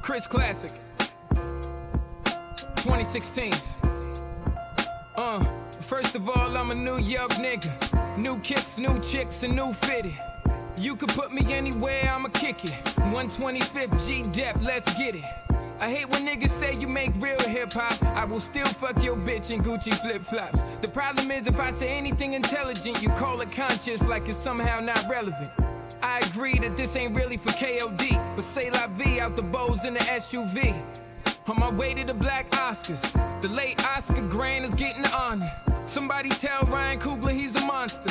Chris Classic. 2016. Uh, first of all, I'm a New York nigga. New kicks, new chicks, and new fitted. You could put me anywhere, I'ma kick it. 125th G Dep, let's get it. I hate when niggas say you make real hip hop. I will still fuck your bitch in Gucci flip flops. The problem is, if I say anything intelligent, you call it conscious like it's somehow not relevant. I agree that this ain't really for KOD, but say la vie out the bows in the SUV. On my way to the Black Oscars, the late Oscar Grant is getting honored. Somebody tell Ryan Coogler he's a monster.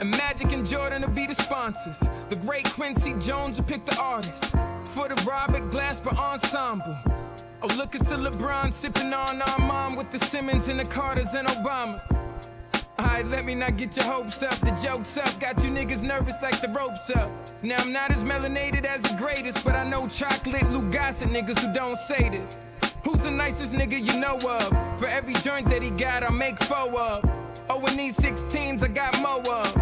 And Magic and Jordan will be the sponsors. The great Quincy Jones will pick the artist for the Robert Glasper ensemble. Oh, look, it's the LeBron sipping on Armand with the Simmons and the Carters and Obamas. Alright, let me not get your hopes up. The joke's up. Got you niggas nervous like the ropes up. Now I'm not as melanated as the greatest, but I know chocolate Lou Gossett niggas who don't say this. Who's the nicest nigga you know of? For every joint that he got, I make four of. Oh, and these 16s, I got more of.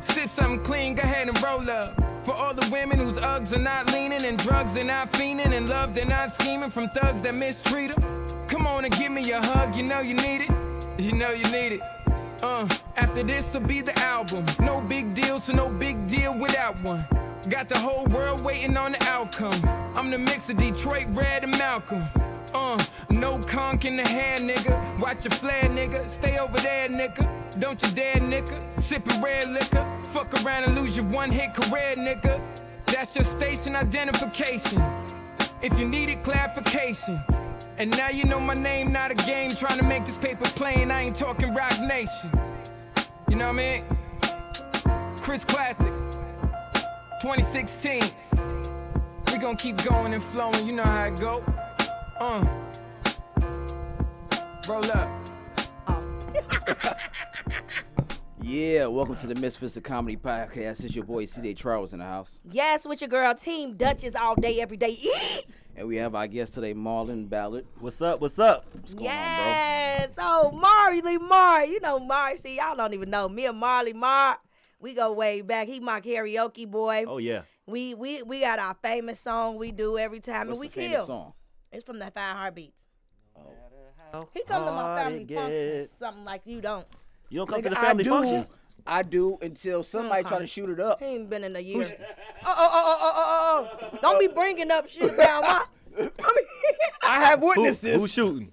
Sip something clean, go ahead and roll up. For all the women whose Uggs are not leaning and drugs they're not fiending and love they're not scheming from thugs that mistreat 'em. Come on and give me a hug, you know you need it. You know you need it. Uh, after this'll be the album. No big deal, so no big deal without one. Got the whole world waiting on the outcome. I'm the mix of Detroit Red and Malcolm. Uh, no conk in the hair, nigga. Watch your flare, nigga. Stay over there, nigga. Don't you dare, nigga. Sippin' red liquor. Fuck around and lose your one hit career, nigga. That's your station identification. If you needed clarification. And now you know my name, not a game. Trying to make this paper plain. I ain't talking Rock Nation. You know what I mean? Chris Classic, 2016. We gonna keep going and flowing. You know how it go. Uh. Roll up. Yeah, welcome to the Misfits of Comedy Podcast. It's your boy CJ Charles in the house. Yes, with your girl Team Duchess all day, every day. Eek! And we have our guest today, Marlon Ballard. What's up? What's up? going on, bro? Yes. oh, Marley Lee Mar. You know Mar. See, y'all don't even know. Me and Marley Mar, we go way back. He my karaoke boy. Oh yeah. We we we got our famous song we do every time and What's we the famous kill. song? It's from the Five Heartbeats. He come to my family function. Something like you don't. You don't come to Nigga, the I family do. functions. I do until somebody try to shoot it up. He ain't been in a year. Oh oh oh oh oh oh oh. Don't be bringing up shit about my. I mean, I have Who, witnesses. who's shooting?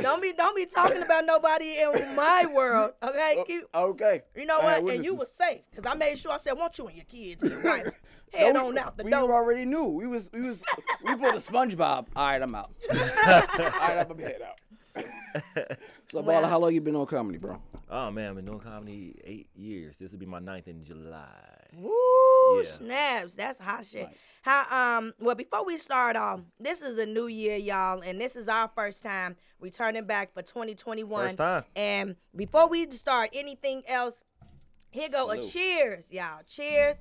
don't be don't be talking about nobody in my world. Oh. Okay, keep Okay. You know I had what? And you witnesses. was safe because I made sure I said, "Want you and your kids, and your wife, head No, on out the we door." already knew. We was we was we pulled a SpongeBob. All right, I'm out. All right, I'm gonna head out. so, Bala, how long you been on comedy, bro? Oh man, I've been doing comedy eight years. This will be my ninth in July. Ooh, Yeah. snaps! That's hot shit. How um? Well, before we start off, this is a new year, y'all, and this is our first time returning back for 2021. First time. And before we start anything else, here go a Salute. cheers, y'all. Cheers.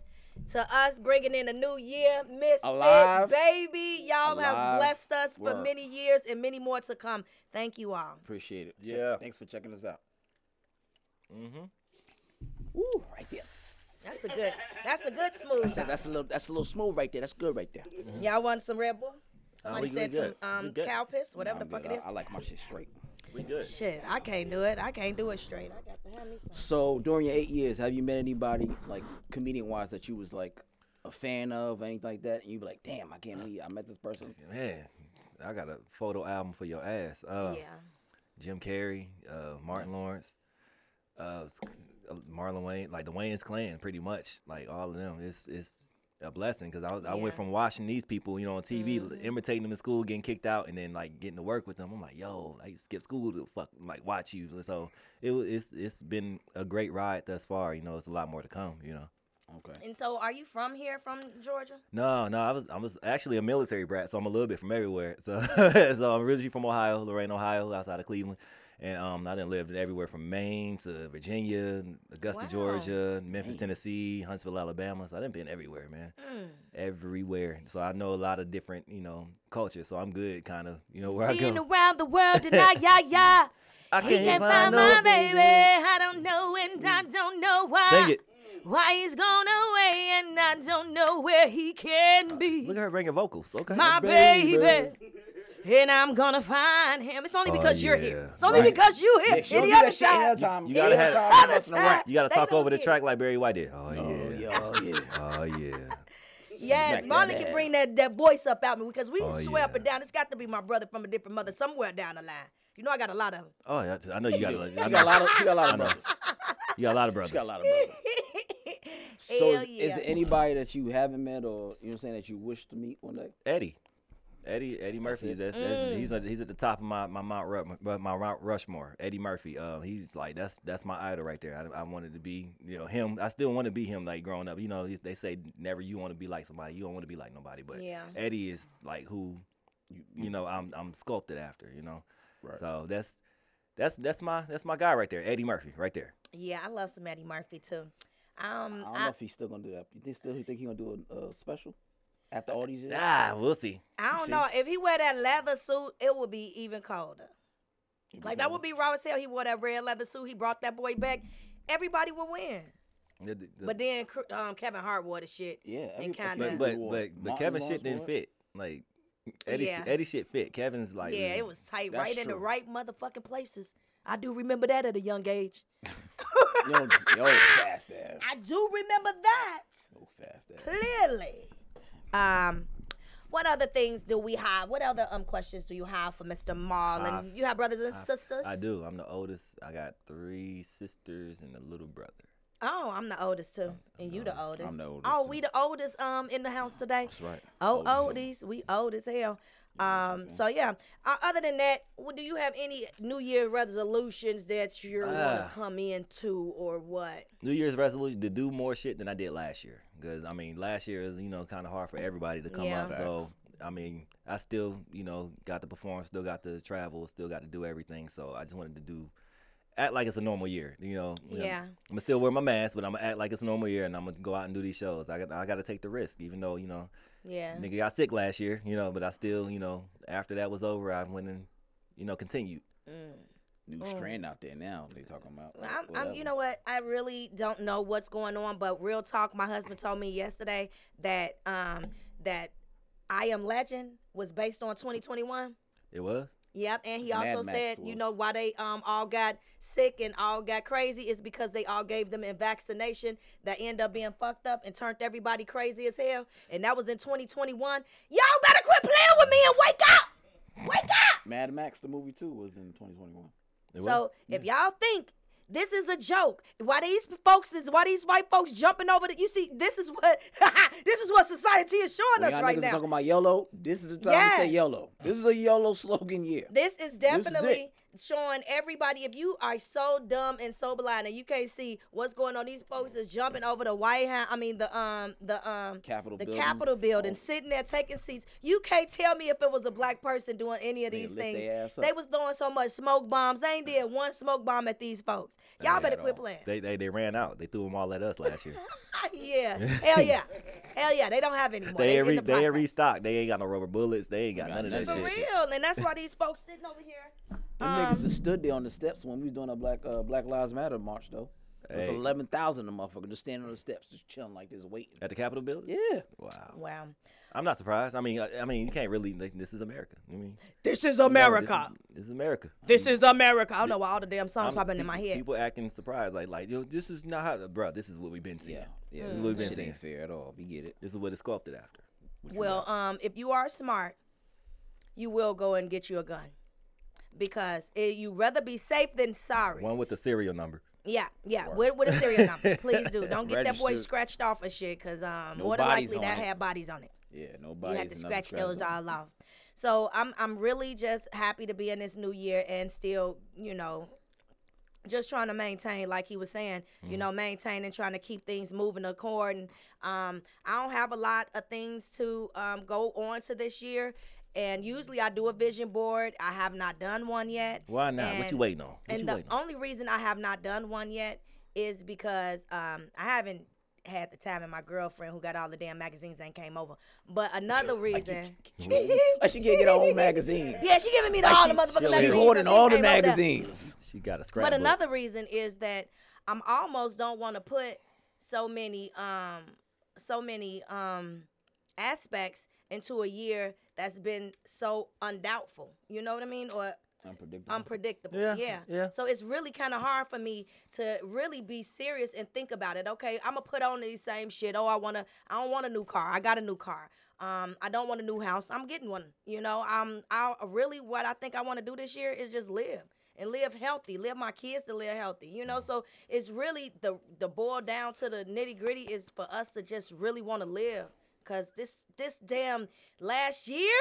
To us bringing in a new year, Miss Alive. Baby, y'all Alive. has blessed us for Word. many years and many more to come. Thank you all. Appreciate it. Check- Yeah. thanks for checking us out. Mm-hmm. Ooh, right there. That's a good. That's a good smooth. So that's a little that's a little smooth right there. That's good right there. Y'all want some Red Bull? Somebody we- we said good. some We um, good. cow piss, whatever I'm the fuck good. it is. I, I like my shit straight. We good. Shit, I can't do it. I can't do it straight. I got to have me some. So during your eight years, have you met anybody like comedian wise that you was like a fan of, anything like that? And you be like, damn, I can't believe I met this person. Man, I got a photo album for your ass. Uh, yeah. Jim Carrey, uh, Martin Lawrence, uh, s- uh, Marlon Wayne, like the Wayne's clan, pretty much, like all of them. It's it's a blessing because I, was- I Yeah. went from watching these people, you know, on TV, l- imitating them in school, getting kicked out, and then like getting to work with them. I'm like, yo, I used to skip school to fuck like watch you. So it wa- it's it's been a great ride thus far. You know, it's a lot more to come. You know. Okay. And so, are you from here, from Georgia? No, no, I was I was actually a military brat, so I'm a little bit from everywhere. So so I'm originally from Ohio, Lorain, Ohio, outside of Cleveland. And um, I didn't live everywhere from Maine to Virginia, Augusta, Wow. Georgia, Memphis, Tennessee, Huntsville, Alabama. So I didn't been everywhere, man. Mm. Everywhere. So I know a lot of different, you know, cultures. So I'm good, kind of, you know, where I Being go. around the world and I, yeah, yeah. I He can't find my baby. I don't know and I don't know why. Sing it. Why he's gone away and I don't know where he can be. Look at her bringing vocals. Okay. my baby. And I'm gonna find him. It's only Oh, because you're yeah. here. It's only Right. because you here. Yeah, she don't Any do other that shit any time, other time. You gotta Any have- time, other that's the time. rap. You gotta They talk don't over the get it. track like Barry White did. Oh, Oh, yeah. yeah, oh, yeah. Oh yeah. yes, Smack Marlon that can ass. bring that, that voice up out me because we Oh, swear up yeah. and down. It's got to be my brother from a different mother somewhere down the line. You know I got a lot of 'em. Oh, yeah, I know you got a lot. I She know, got a lot of, she got a lot of I know. brothers. you got a lot of brothers. She got a lot of brothers. So Hell is, is yeah. there anybody that you haven't met or you know what I'm saying that you wish to meet one day? Eddie. Eddie Eddie Murphy is that's, Mm. that's he's at, he's at the top of my my Mount Ru- my- my Mount Rushmore. Eddie Murphy. Um, he's like that's that's my idol right there. I, I wanted to be you know him. I still want to be him like growing up. You know they- they say never you want to be like somebody. You don't want to be like nobody. But Yeah. Eddie is like who you, you know I'm I'm sculpted after. You know. Right. So that's that's that's my that's my guy right there. Eddie Murphy right there. yeah, I love some Eddie Murphy too. I Um, don't know I, if he's still gonna do that. You think still he think he gonna do a uh, special Uh, after all these years? Ah, we'll see. I don't see? know if he wear that leather suit, it would be even colder. Like that would be raw as hell. He wore that red leather suit. He brought that boy back. Everybody would win. The- the- the- But then Cr- um, Kevin Hart wore the shit. Yeah, every- And kinda- but everybody but wore but, but Martin Kevin's Lawrence shit didn't wore it. fit. Like Eddie Yeah. Eddie shit fit. Kevin's like yeah, mm, it was tight, that's right in the true. right motherfucking places. I do remember that at a young age. Yo, yo, fast ass. I do remember that Yo, fast ass. clearly. Um, what other things do we have? What other um questions do you have for Mr. Marlon? I've- you have brothers and sisters? I do. I'm the oldest. I got three sisters and a little brother. Oh, I'm the oldest too, and you the oldest. I'm the oldest, Oh, too. we the oldest um in the house today. That's right. Oh, oldies, we old as hell. Um, so yeah. Uh, other than that, what, do you have any New Year resolutions that you want Ah. to come into or what? New Year's resolution to do more shit than I did last year. Because I mean, last year is you know kind of hard for everybody to come Yeah. up. So I mean, I still you know got to perform, still got to travel, still got to do everything. So I just wanted to do act like it's a normal year. You know. Yeah. I'm gonna still wear my mask, but I'm gonna act like it's a normal year, and I'm gonna go out and do these shows. I got I got to take the risk, even though you know Yeah. nigga got sick last year, you know. But I still you know after that was over, I went and you know continued. Mm. New strain out there now. They talking about. I'm, I'm, whatever. you know what? I really don't know what's going on, but real talk, my husband told me yesterday that um that I Am Legend was based on 2021. It was. Yep, and he Mad also Max said, you was- know, why they um all got sick and all got crazy is because they all gave them a vaccination that ended up being fucked up and turned everybody crazy as hell. And that was in 2021. Y'all better quit playing with me and wake up. Wake up. Mad Max the movie too was in 2021. It was. So if y'all think this is a joke, why these folks is why these white folks jumping over the you see, this is what this is what society is showing When us y'all right niggas now. talking about YOLO, this is the time to Yes. say YOLO. This is a YOLO slogan year. This is This is definitely showing everybody if you are so dumb and so blind and you can't see what's going on, these folks is jumping over the White House. I mean the um the um Capitol the building. Oh. Capitol building, sitting there taking seats. You can't tell me if it was a black person doing any of They these lit they things. ass up. They was throwing so much smoke bombs. They ain't did one smoke bomb at these folks. Y'all Not better at quit all. playing. They, they they ran out. They threw them all at us last year. yeah, hell yeah, hell yeah. They don't have any more. they They ain't in re- the they ain't process. restocked. They ain't got no rubber bullets. They ain't got Got none of that For nothing. shit. real, and that's why these folks sitting over here. Them um niggas just stood there on the steps when we was doing a Black uh, Black Lives Matter march though. There's Hey. eleven thousand of motherfuckers just standing on the steps, just chilling like this, waiting. At the Capitol building. Yeah. Wow. Wow. I'm not surprised. I mean, I, I mean, you can't really. This is America. I mean, This is no, this is- America. This is America. This is America. I don't know why all the damn songs I'm- popping in people- my head. People acting surprised, like like yo, this is not how, bro. This is what we've been seeing. Yeah. Yeah. This is what we've been Shit seeing. ain't fair at all. We get it. This is what it's sculpted after. Well, um, if you are smart, you will go and get you a gun because it, you rather be safe than sorry. One with the serial number. yeah, yeah. With, with a serial number, please do. Don't get that boy Registered. scratched off of shit because um, No more than bodies likely on that it. had bodies on it. Yeah. You Nobody. had to scratch those all off. So I'm I'm really just happy to be in this new year and still, you know, just trying to maintain, like he was saying, you Mm-hmm. know, maintain and trying to keep things moving according. Um, I don't have a lot of things to um, go on to this year. And usually I do a vision board. I have not done one yet. Why not? what you And- waiting on? What you and the waiting on? only reason I have not done one yet is because um, I haven't had the time, and my girlfriend who got all the damn magazines ain't came over. But another reason, Like she can't get her own magazine. yeah, she giving me the, all the motherfucking She magazines. hoarding so she all the came over there. magazines. She got a scrapbook. But another reason is that I'm almost don't want to put so many um so many um aspects into a year that's been so undoubtful. You know what I mean? Or Unpredictable. unpredictable. Yeah, Yeah. yeah. So it's really kind of hard for me to really be serious and think about it. Okay, I'm gonna put on these same shit. Oh, I wanna. I don't want a new car. I got a new car. Um, I don't want a new house. I'm getting one. You know, um, I really what I think I want to do this year is just live and live healthy. Live my kids to live healthy. You know, so it's really the the boil down to the nitty gritty is for us to just really want to live. Cause this this damn last year,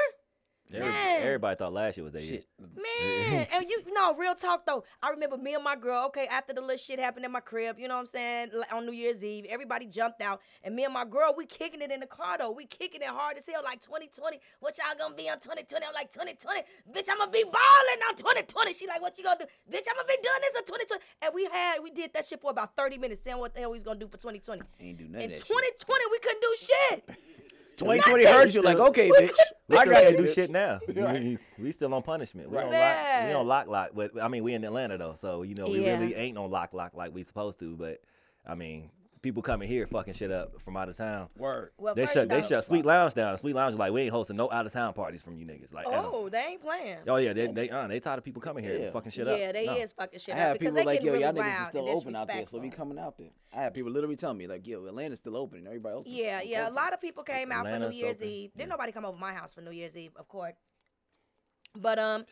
Everybody, Man. everybody thought last year was that year. Shit. Man, and you know, real talk though. I remember me and my girl. Okay, after the little shit happened in my crib, you know what I'm saying? like, On New Year's Eve, everybody jumped out, and me and my girl, we kicking it in the car though. We kicking it hard as hell. Like 2020, what y'all gonna be on 2020? I'm like 2020, bitch. I'm gonna be balling on 2020. She like, what you gonna do? Bitch, I'm gonna be doing this in 2020. And we had, we did that shit for about 30 minutes, saying what the hell we was gonna do for 2020. Ain't do In nothing. 2020, we couldn't do shit. 2020 heard you like, okay, bitch. We I still got can't you. do bitch. shit now. We, we still on punishment. We Right. don't lock. We Man. don't lock lock. But I mean, we in Atlanta though, so you know we Yeah. really ain't on lock lock like we supposed to. But I mean, people coming here fucking shit up from out of town. Word. Well, They first shut. They off- shut Sweet Lounge down. Sweet Lounge is like we ain't hosting no out of town parties from you niggas. Like, ever. Oh, they ain't playing. oh yeah, they they uh, they tired of people coming here Yeah. and fucking shit yeah, up. they No. is fucking shit I up have because people they like, getting yo, really y'all wild niggas is and still open out there, so we disrespectful. coming out there. I have people literally tell me like, yo, Atlanta's still open and everybody else. is Yeah, still yeah. A open. lot of people came out for Atlanta's New Year's open. Eve. Didn't nobody come over my house for New Year's Eve, of course. But um,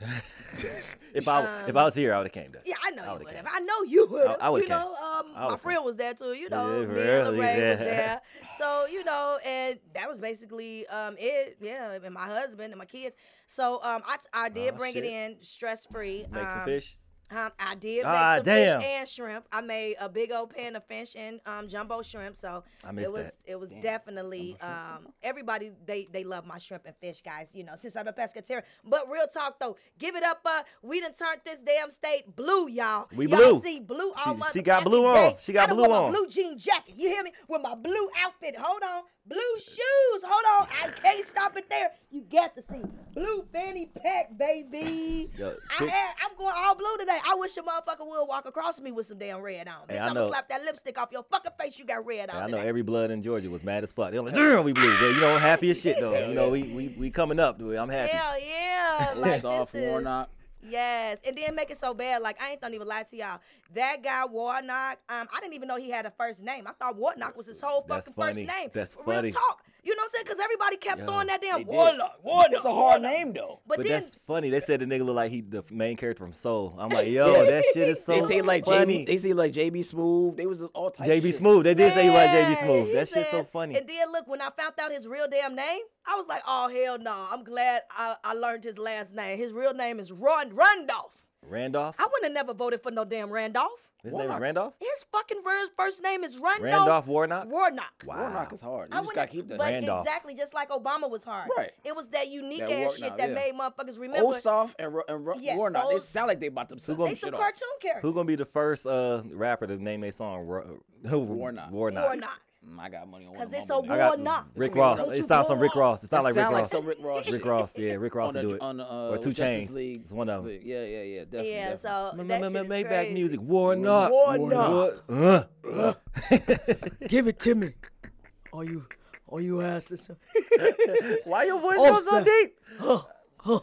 If I was, if I was here, I would have came. To. yeah, I know I you would've would came. have. I know you would have. I would've You came. know, um, I my would've friend was there too. You know, Yeah, me and Lorraine really, was yeah. there. So you know, and that was basically um it. Yeah, and my husband and my kids. So um, I I did Aw, bring shit. it in stress free. Make some um, fish. Um, I did make Ah, some damn. fish and shrimp. I made a big old pan of fish and um, jumbo shrimp. So I missed it was that. it was definitely um, everybody they they love my shrimp and fish guys. You know since I'm a pescatarian. But real talk though, give it up. Uh, we done turned this damn state blue, y'all. We y'all blue. See blue She- all month. she got blue on. She got I done blue wore on. My blue jean jacket. You hear me? With my blue outfit. Hold on. Blue shoes. Hold on. I can't stop it there. You got to see blue fanny pack, baby. Yo, I pic- had, I'm going all blue today. I wish a motherfucker would walk across me with some damn red on. Bitch, Hey, I I'm know- gonna slap that lipstick off your fucking face. You got red on. I know today. every blood in Georgia was mad as fuck. They were like, damn, we blue. But you know, I'm happy as shit though. You know, we we, we coming up. dude. I'm happy. Hell yeah. like Soft this is. Warnock. Yes, and then make it so bad. Like I ain't don't even lie to y'all. That guy Warnock, um, I didn't even know he had a first name. I thought Warnock was his whole That's fucking funny. first name. That's Real funny. talk. You know what I'm saying? Because everybody kept Yo, throwing that they damn did. Warnock. Warnock. It's a hard name though. But, But then that's funny. They said the nigga look like he the main character from Soul. I'm like, yo, that shit is so They say like funny. JB. They say like JB Smooth. They was all types. of JB shit. Smooth. They did say he like JB Yeah, Smooth. he That shit's so says- funny. And then look, when I found out his real damn name, I was like, oh hell no! I'm glad I, I learned his last name. His real name is Ron Randolph. Randolph. I wouldn't have never voted for no damn Randolph. His name is Randolph. His fucking first, first name is Randolph. Randolph Warnock. Warnock. Wow. Warnock is hard. You I just wouldn't- gotta keep that. but shit. Randolph. exactly just like Obama was hard. Right. It was that unique That ass Warnock, shit that yeah. made motherfuckers remember. Ossoff and, Ro- and Ro- Yeah, Warnock. It those- sound like they about to suck gonna- they some some shit off. cartoon characters. Who's gonna be the first uh, rapper to name their song Ro- Warnock? Warnock. Warnock. Warnock? Mm, I got money on Because the it's a Humble I Nigga. got Warnock. Rick Ross. Don't It you sounds like Rick go off. Ross. It sounds It like Rick sound like Ross. some Rick Ross. Rick shit. Ross. Yeah, Rick Ross on to the, do it. on the uh, or Two Justice Chains. League. It's one of them. League. Yeah, yeah, yeah, definitely. Yeah, definitely. so M- Uh, that m- shit m- is Maybach crazy. music. Warnock. Warnock. What? Uh, Give it to me. Are you, are you asking? Why your voice Oh, goes so sir. deep? Huh, huh.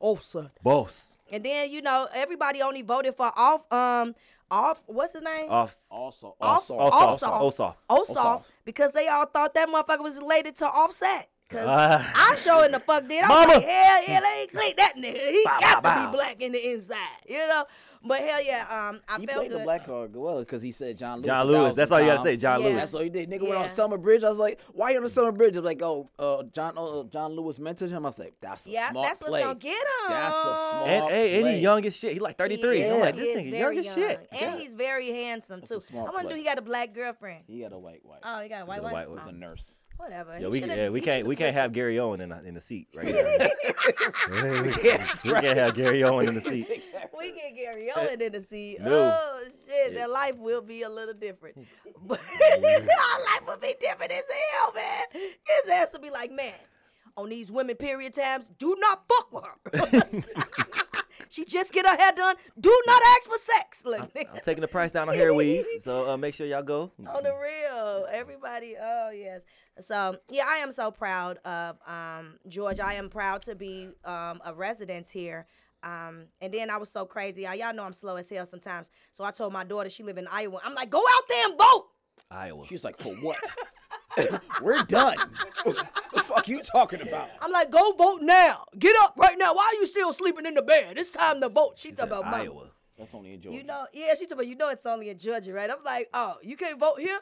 Oh, sir. Boss. And then you know everybody only voted for off um off what's his name Off. also, Off- also, Off- Ah. Ossoff, Ossoff. Ossoff. Ossoff, because they all thought that motherfucker was related to Offset. Cause Ah. I sure in the fuck did. I was Mama. like, hell yeah, they ain't click that nigga. He Bow, got bow, to bow. be black in the inside, you know. But hell yeah, um, I he felt played good. the black card well because he said John Lewis. John a Lewis. That's all you gotta thousand say. John Yeah. times. Lewis. That's all he did. Nigga went Yeah. on Summer Bridge. I was like, why you on the Summer Bridge? I was like, oh, uh, John, uh, John Lewis mentored him. I was like, that's a yeah, smart that's play. what's gonna get him. That's a smart- And, hey, and Play. he young as shit. He like 33. Yeah, I'm like, he this is nigga very young as shit. And he's very handsome a too. smart I want to play. do. He got a black girlfriend. He got a white wife. Oh, he got a white got a one. white one. He's a nurse. Whatever. Yeah, He we, should've- yeah, we he can't should've we can't clicked have Gary Owen in, a, in the seat right now. we can't, we can't have Gary Owen in the seat. we get Gary Owen in the seat. no. Oh shit, that life will be a little different. But our life will be different as hell, man. His ass will be like, man, on these women period times, do not fuck with her. She just get her hair done. Do not ask for sex. Look, I'm taking the price down on hair weave, so uh, make sure y'all go. on Oh, the real. Everybody, oh yes. So yeah, I am so proud of um, Georgia. I am proud to be um, a resident here. Um, and then I was so crazy. I, y'all know I'm slow as hell sometimes. So I told my daughter she live in Iowa. I'm like, go out there and vote. Iowa. She's like, for what? We're done. the fuck you talking about? I'm like, go vote now. Get up right now. Why are you still sleeping in the bed? It's time to vote. She It's talking in about Mama. Iowa. That's only in Georgia. You know, yeah, she talking about you know it's only in Georgia, right? I'm like, oh, you can't vote here.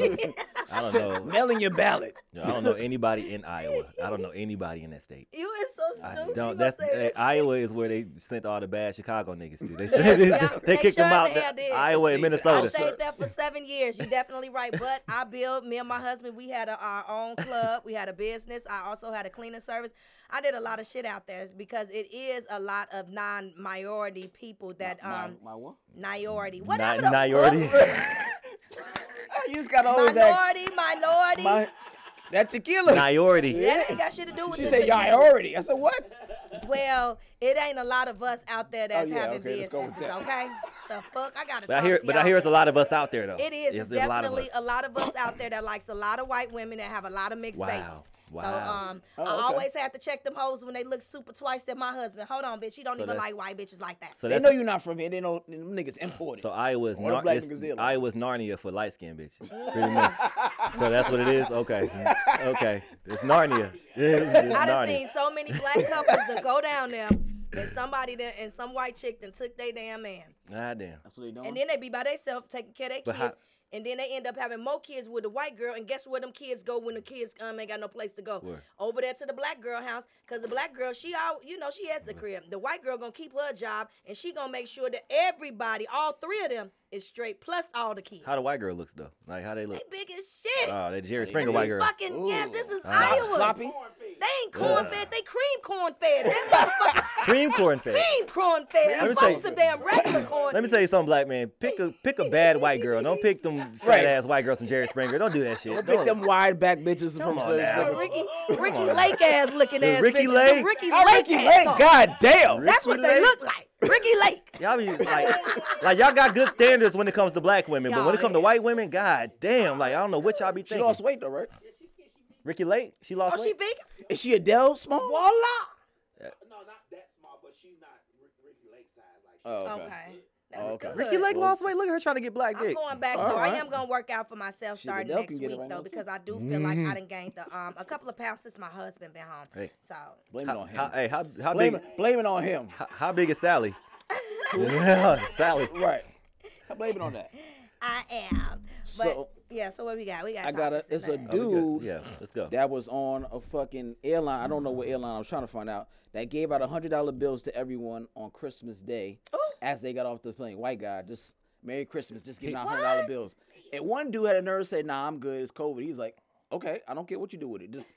I don't know. mailing your ballot. I don't know anybody in Iowa. I don't know anybody in that state. You is so I stupid. You don't. gonna That's say eh, that Iowa is where they sent all the bad Chicago niggas to. They sent, they, Yeah, they kicked them sure out. the to hell did. Iowa and I Minnesota. stayed there for seven years. You're definitely right. But I built me and my husband. We had a, our own club. We had a business. I also had a cleaning service. I did a lot of shit out there because it is a lot of non-minority people that my, um my what? minority Ni- whatever the Niority. fuck- You just gotta always ask. minority minority. My, that tequila. Niority. that ain't got shit to do with she the said y'all tequila. already. I said what? Well, it ain't a lot of us out there that's Oh, yeah, having okay, let's go with businesses, that. okay? The fuck, I gotta. But I talk hear, to but y'all. I hear it's a lot of us out there though. It is. It's, a lot of definitely us. a lot of us out there that likes a lot of white women that have a lot of mixed Wow. babies. So Wow. um, Oh, I okay. always have to check them hoes when they look super twice at my husband. Hold on, bitch, she don't So even that's- like white bitches like that. So They that's know you're not from here. They know them niggas imported. so Iowa's All the Nar- black it's- niggas there, like- Iowa's Narnia for light skinned bitches. Pretty much. so that's what it is. Okay, okay. It's Narnia. It's, it's I done Narnia. seen so many black couples that go down there and somebody that and some white chick then took their damn man, God damn. That's what they doing. and then they be by themselves taking care of their Um, But kids. how- and then they end up having more kids with the white girl, and guess where them kids go when the kids um ain't got no place to go? Where? Over there to the black girl house, cause the black girl she all you know she at the crib. The white girl gonna keep her job, and she gonna make sure that everybody, all three of them, is straight, plus all the kids. How the white girl looks though? Like how they they look? big as shit. Oh, that Jerry this Springer is white girl. fucking yes, this is Ah. Iowa. Sloppy. They ain't corn fed, they cream corn fed. That motherfucker Cream corn face. cream corn fed. Let me Them tell you- folks some damn regular corn. Let me tell you something, black man. Pick a pick a bad white girl. Don't pick them fat Right. ass white girls from Jerry Springer. Don't do that shit. Pick them wide back bitches from on Service now. Ricky. Ricky, Ricky Lake ass looking The ass Ricky bitches. The Lake? Ricky Oh, Lake. Ricky ass Lake. hoes. God damn. Rick- That's what Ricky they Lake? look like. Ricky Lake. Y'all be like, like y'all got good standards when it comes to black women, but when it Y'all comes to is. white women, god damn, like I don't know what y'all be She thinking. lost weight though, right? Ricky Lake, she lost Oh, she weight. vegan? Is she Adele small? Voila. No, not that small, but she's not Rick- Ricky Lake size. Like she, Oh, okay. Okay. That's Okay. good. Ricky Lake lost weight. Look at her trying to get black I'm dick. going back All though. I right. am gonna work out for myself Shit, starting Adele next can get it week right now, though too. Mm-hmm. because I do feel like I done gained the um a couple of pounds since my husband been home. Hey. So Blame it How, on him. how, hey, how, how blame, big? it, blame it on him. How, how big is Sally? Yeah, Sally. Right. I blame it on that. I am. But So- yeah, so what we got? We got I got a topics it's a today. Oh, we good. dude Yeah, let's go. that was on a fucking airline. I don't know what airline I was trying to find out. That gave out hundred dollar bills to everyone on Christmas Day Oh. as they got off the plane. White guy, just Merry Christmas, just giving out hundred dollar What? bills. And one dude had a nerve to say, "Nah, I'm good. It's COVID." He's like, "Okay, I don't care what you do with it." Just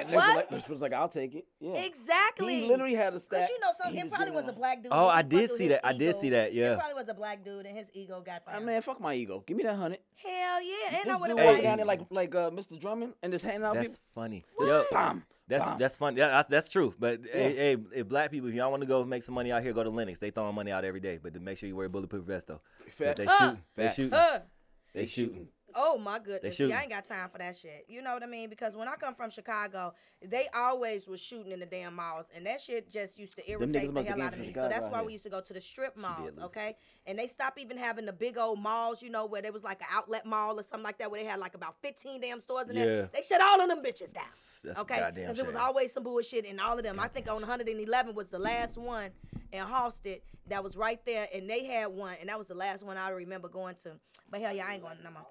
and What? Like, this was like, "I'll take it." Yeah. Exactly. He literally had a Cause stat. you know, so he it just probably giving was a out. black dude. Oh, and I he did fucked with see his that. I did see ego. that, yeah. It probably was a black dude, and his ego got to Ah, him. man, fuck my ego. Give me that hundred. Hell yeah, and I would This dude have walked been down like, there like like uh, Mr. Drummond and just handing out That's people. funny. Just Yo, bam, That's bam. that's funny. Yeah, that's, that's true. But hey, Yeah. hey, if black people, if y'all want to go make some money out here, go to Lennox. They throwing money out every day, but to make sure you wear a bulletproof vest though. 'Cause They Ah, Fact. shoot. They Facts. shoot. uh, They shooting. oh my goodness, shooting. yeah, I ain't got time for that shit. You know what I mean? Because when I come from Chicago, they always was shooting in the damn malls, and that shit just used to niggas irritate the must hell have came out of from me. So Chicago that's out why here. we used to go to the strip malls, lose it. okay? And they stopped even having the big old malls, you know, where there was like an outlet mall or something like that, where they had like about fifteen damn stores in Yeah. there. They shut all of them bitches down. That's Okay, goddamn because it was shame. always some bullshit in all of them. I think on 111 was the last one in Halsted that was right there, and they had one, and that was the last one I remember going to. But hell yeah, I ain't going no more.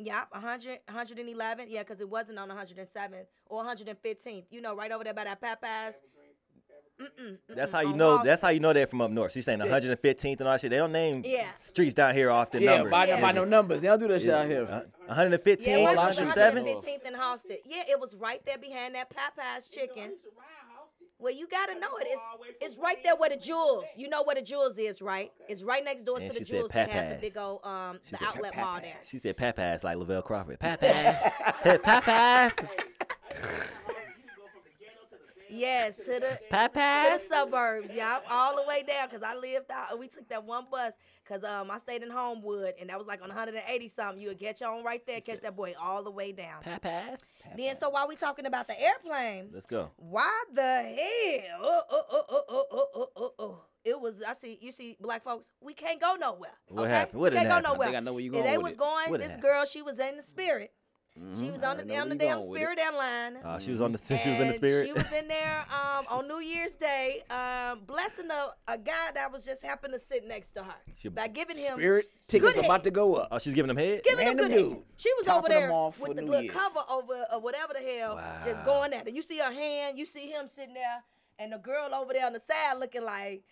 Yep, 100, 111, yeah, because it wasn't on 107th or 115th. You know, right over there by that Popeyes. Mm-mm, That's mm-mm, how you on know. Wall- That's how you know they're from up north. She's saying 115th and all that shit. They don't name Yeah. streets down here off the Yeah, numbers. by, Yeah. by no numbers. They don't do that shit out here. Uh, Yeah, 115, it Wall was Street 107. 115th and Halsted. Yeah, it was right there behind that Popeyes chicken. It's a ride house. Well, you gotta know it. It's, it's right there where the jewels. You know where the jewels is, right? It's right next door And to the she said jewels that have Papa's. the big old um the said outlet mall there. She said Papa's like Lavelle Crawford. Papa's. Hey, Papa's. I used to go from the ghetto to the bed. Yes, to the to the Papas. suburbs, y'all, all the way down. Cause I lived out. We took that one bus. Cause um, I stayed in Homewood, and that was like on 180 something. You would catch on right there, catch that boy all the way down. Papas. Then, so while we talking about the airplane, Let's go. why the hell? Oh, oh, oh, oh, oh, oh, oh, oh, oh. It was. I see. You see, black folks, we can't go nowhere. What okay? happened? What we done can't go happened? I I nowhere. think I know where you're And going they with was it. going. What this happened? girl, she was in the spirit. She Mhm. was I on the know on where the you damn going with it. spirit airline. Uh, she was on the she was in the And spirit. She was in there um, on New Year's Day, um, blessing a, a guy that was just happened to sit next to her She- by giving him Spirit? Tickets good about head. to go up. oh, she's giving him head. giving him Random good head. dude. She was Topping over them there off for with the New little Year's. cover over or whatever the hell, just Wow. going at it. You see her hand, you see him sitting there, and the girl over there on the side looking like.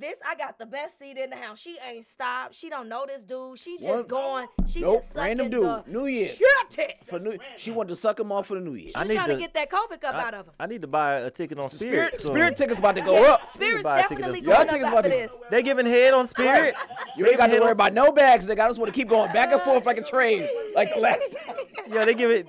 This I got the best seat in the house. She ain't stopped. She don't know this dude. She just What? going. She Nope, just sucking random the dude. New Year's. shit. For new, she wanted to suck him off for the New Year. I She's need trying to, to- get that COVID cup out I, of him. I need to buy a ticket on spirit. Spirit, soon. spirit tickets about to go Yeah, up. Spirit's buy a ticket definitely that's- Y'all going up tickets after about to- this. They giving head on spirit. You ain't got to Hit worry us. about no bags, nigga. I just want to keep going back and forth like a train, like the last time. Yo, they give it.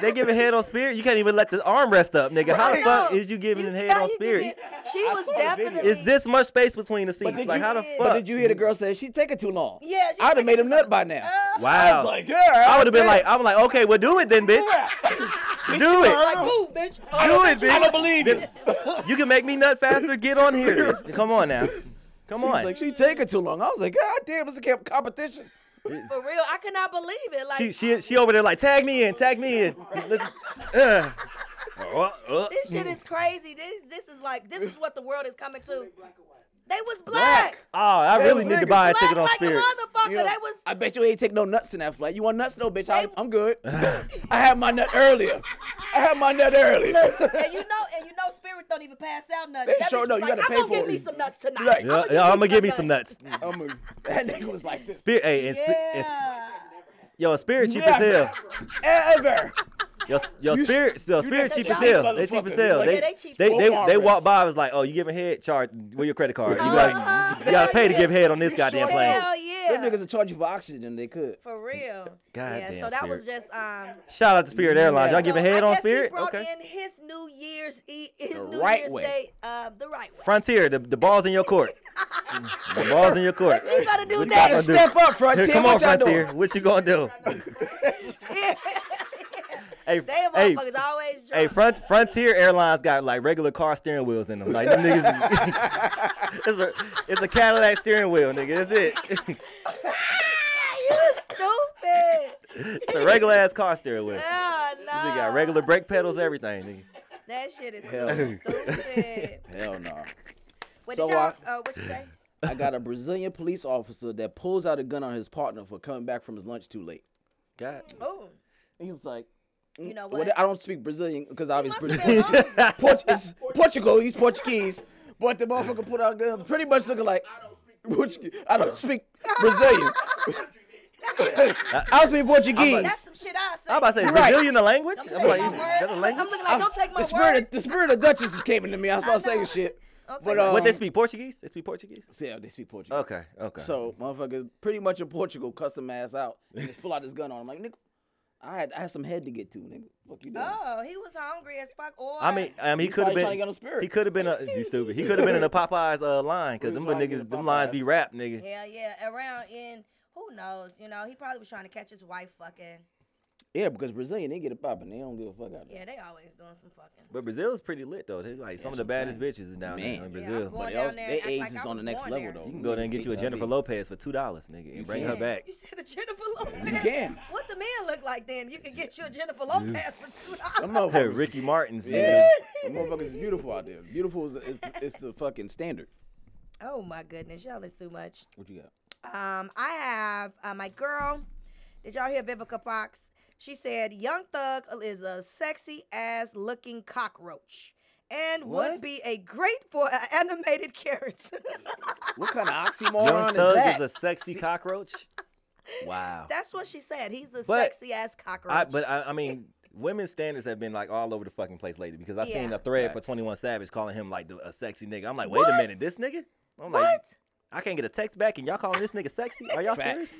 They give it head on spirit. You can't even let the armrest up, nigga. How the Right. fuck No. is you giving You- it head how on you can spirit? get- She was definitely. Is this much space between the seats? did Like you- how the Yeah. But fuck? did you hear the girl say she taking too long? Yeah, she I'd have taking made him too nut long. by now. Uh, I wow. was like, yeah. I would have been like, I'm like, okay, well, do it then, bitch. Do it. Like, move, bitch. Do it, bitch. I don't believe it. You can make me nut faster. Get on here. bitch. Come on now. Come She was on. like, she taking too long. I was like, God damn, it's a camp competition. For real, I cannot believe it. Like, she, she she over there like tag me in, tag me in. Let's- uh. Uh, uh. this shit is crazy. This this is like this is what the world is coming to. They was Black. black. Oh, I really was need to niggas. buy a Black, ticket on like Spirit. a motherfucker. You know, They was I bet you ain't take no nuts in that flight. You want nuts? No, bitch. I, They- I'm good. I had my nut earlier. I had my nut earlier. look, and you know, and you know, Spirit don't even pass out nothing. They That sure bitch know, was you like, gotta I'm pay gonna for give it." me some nuts tonight. Right. I'm Yeah, gonna yeah, I'm gonna give me some nuts. I'm a, that nigga was like this. Spirit, hey, and Spi- and Spi- Yeah. yo, Spirit cheap as Never. hell. Ever. Yo, yo, You- Spirit, yo, you Spirit just cheap as cheap hell. They cheap motherfucker. as hell. Like, They yeah, they cheap. they Both they, armrests. they walk by. was like, oh, you giving head charge? Where your credit card? You, like, Uh-huh. you gotta pay to Yeah. give head on this goddamn sure plane. Hell yeah. Them niggas would charge you for oxygen. They could. For real. yeah. Goddamn So that was just um. Shout out to Spirit Airlines. Y'all so giving I head on guess Spirit? He brought Okay. in his New Year's E- his The New right Year's way. Day uh, the right way. Frontier, the, the ball's in your court. the ball's in your court. What you gonna do What next? gonna do? Step up, Frontier. Here, come what on, y'all doing? Frontier. What you gonna do? hey, They hey, motherfuckers always drunk. hey, front, Frontier Airlines got like regular car steering wheels in them. Like them niggas, it's a it's a Cadillac steering wheel, nigga. That's it. you stupid. it's a regular ass car steering wheel. Oh no. They got regular brake pedals, everything. Nigga. That shit is Hell. too stupid. Hell no. What So, did y'all? uh, Uh, what you say? I got a Brazilian police officer that pulls out a gun on his partner for coming back from his lunch too late. God. Oh, He was like, you know Well, what? I don't speak Brazilian because obviously must Brazil- have been Port- it's Portugal, he's Portuguese, but the motherfucker put out guns pretty much looking like Portuguese. I don't speak Brazilian. I don't speak Portuguese. That's some shit I say. I'm about to say Right. Brazilian the language. I'm like, my is word. that a I'm language? looking like, don't take my the word. spirit, of, the spirit of Duchess just came into me. I saw saying shit. Don't take But my um, What they speak Portuguese? They speak Portuguese. Yeah, they speak Portuguese. Okay. Okay. So motherfucker, pretty much in Portugal, custom ass out, and just pull out his gun on him. Like nigga, I had I had some head to get to, nigga. Fuck you doing? oh, he was hungry as fuck. Or I mean, I mean, he could have probably been. tryna get on Spirit. He could have been a. You stupid. He could have been in a Popeyes uh, line because He was them tryna get niggas, in them lines be Popeyes. wrapped, nigga. hell yeah, around in who knows? You know, he probably was trying to catch his wife fucking. Yeah, because Brazilian they get it poppin', they don't give a fuck out there. Yeah, they always doing some fucking. But Brazil's pretty lit though. They're like some of the baddest bitches is Man. down there in Yeah, I'm Brazil. going But down else, there they and act age like I is on was the next born level there. though. you can go there and get you a Jennifer Lopez for two dollars, nigga, and bring her can. back. You said a Jennifer Lopez. can. What the man look like then? You can get you a Jennifer Lopez for two Them dollars. Hey, motherfuckers, Ricky Martin's, yeah, nigga. them motherfuckers is beautiful out there. Beautiful is the, is, the, is the fucking standard. Oh my goodness, y'all is too much. What you got? Um, I have uh, my girl. Did y'all hear Vivica Fox? She said Young Thug is a sexy ass looking cockroach and What? would be a great for an animated character. What kind of Young oxymoron is Thug that? is a sexy cockroach. Wow. That's what she said. He's a But sexy ass cockroach. I, but I, I mean, women's standards have been like all over the fucking place lately because I seen Yeah. a thread for Facts. 21 Savage calling him like the, a sexy nigga. I'm like, wait What? a minute, this nigga? I'm like, what? I can't get a text back and y'all calling this nigga sexy? Are y'all Facts. serious?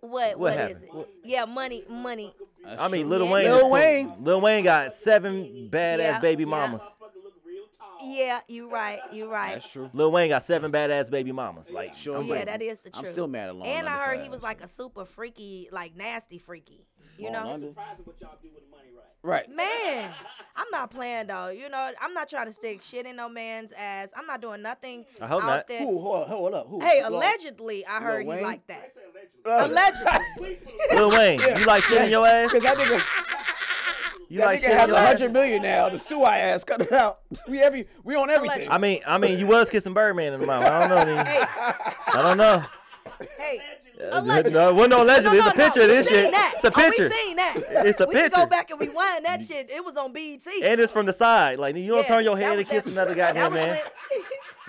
What? What what is happened? it? Yeah, money, money, Uh, I mean, sure. Lil Yeah. Wayne. Lil Wayne. Lil Wayne got seven badass Yeah, baby yeah. mamas. Motherfucker look real tall. Yeah, you right. You right. That's true. Lil Wayne got seven badass baby mamas. Like, Sure. I'm yeah, like, that is the I'm truth. still mad at Lauren. and I London for heard he that. was like a super freaky, like nasty freaky. You Long know, London. Surprising what y'all do with the money, right? right. man, I'm not playing though. You know, I'm not trying to stick shit in no man's ass. I'm not doing nothing I hope out not. there. Who? Hold, hold up. Who? Hey, Lil- allegedly, I heard Wayne? he like that. They say allegedly. Allegedly, Wait for Lil Wayne, you like shit in your ass? Cause that nigga, You that like nigga shit in has your a ass? hundred million now. The sue I ass cut it out. We every we on everything. I mean, I mean, you was kissing Birdman in the mouth. I don't know. Then. hey, I don't know. hey. Allegedly. No, it wasn't no legend. No, It's no, a picture of no. we this seen shit. That. It's a Oh, picture. we seen that. It's a we can go picture. back and rewind that shit. It was on BET. And it's from the side. Like you don't Yeah, turn your that head was and kiss that- another that was goddamn man.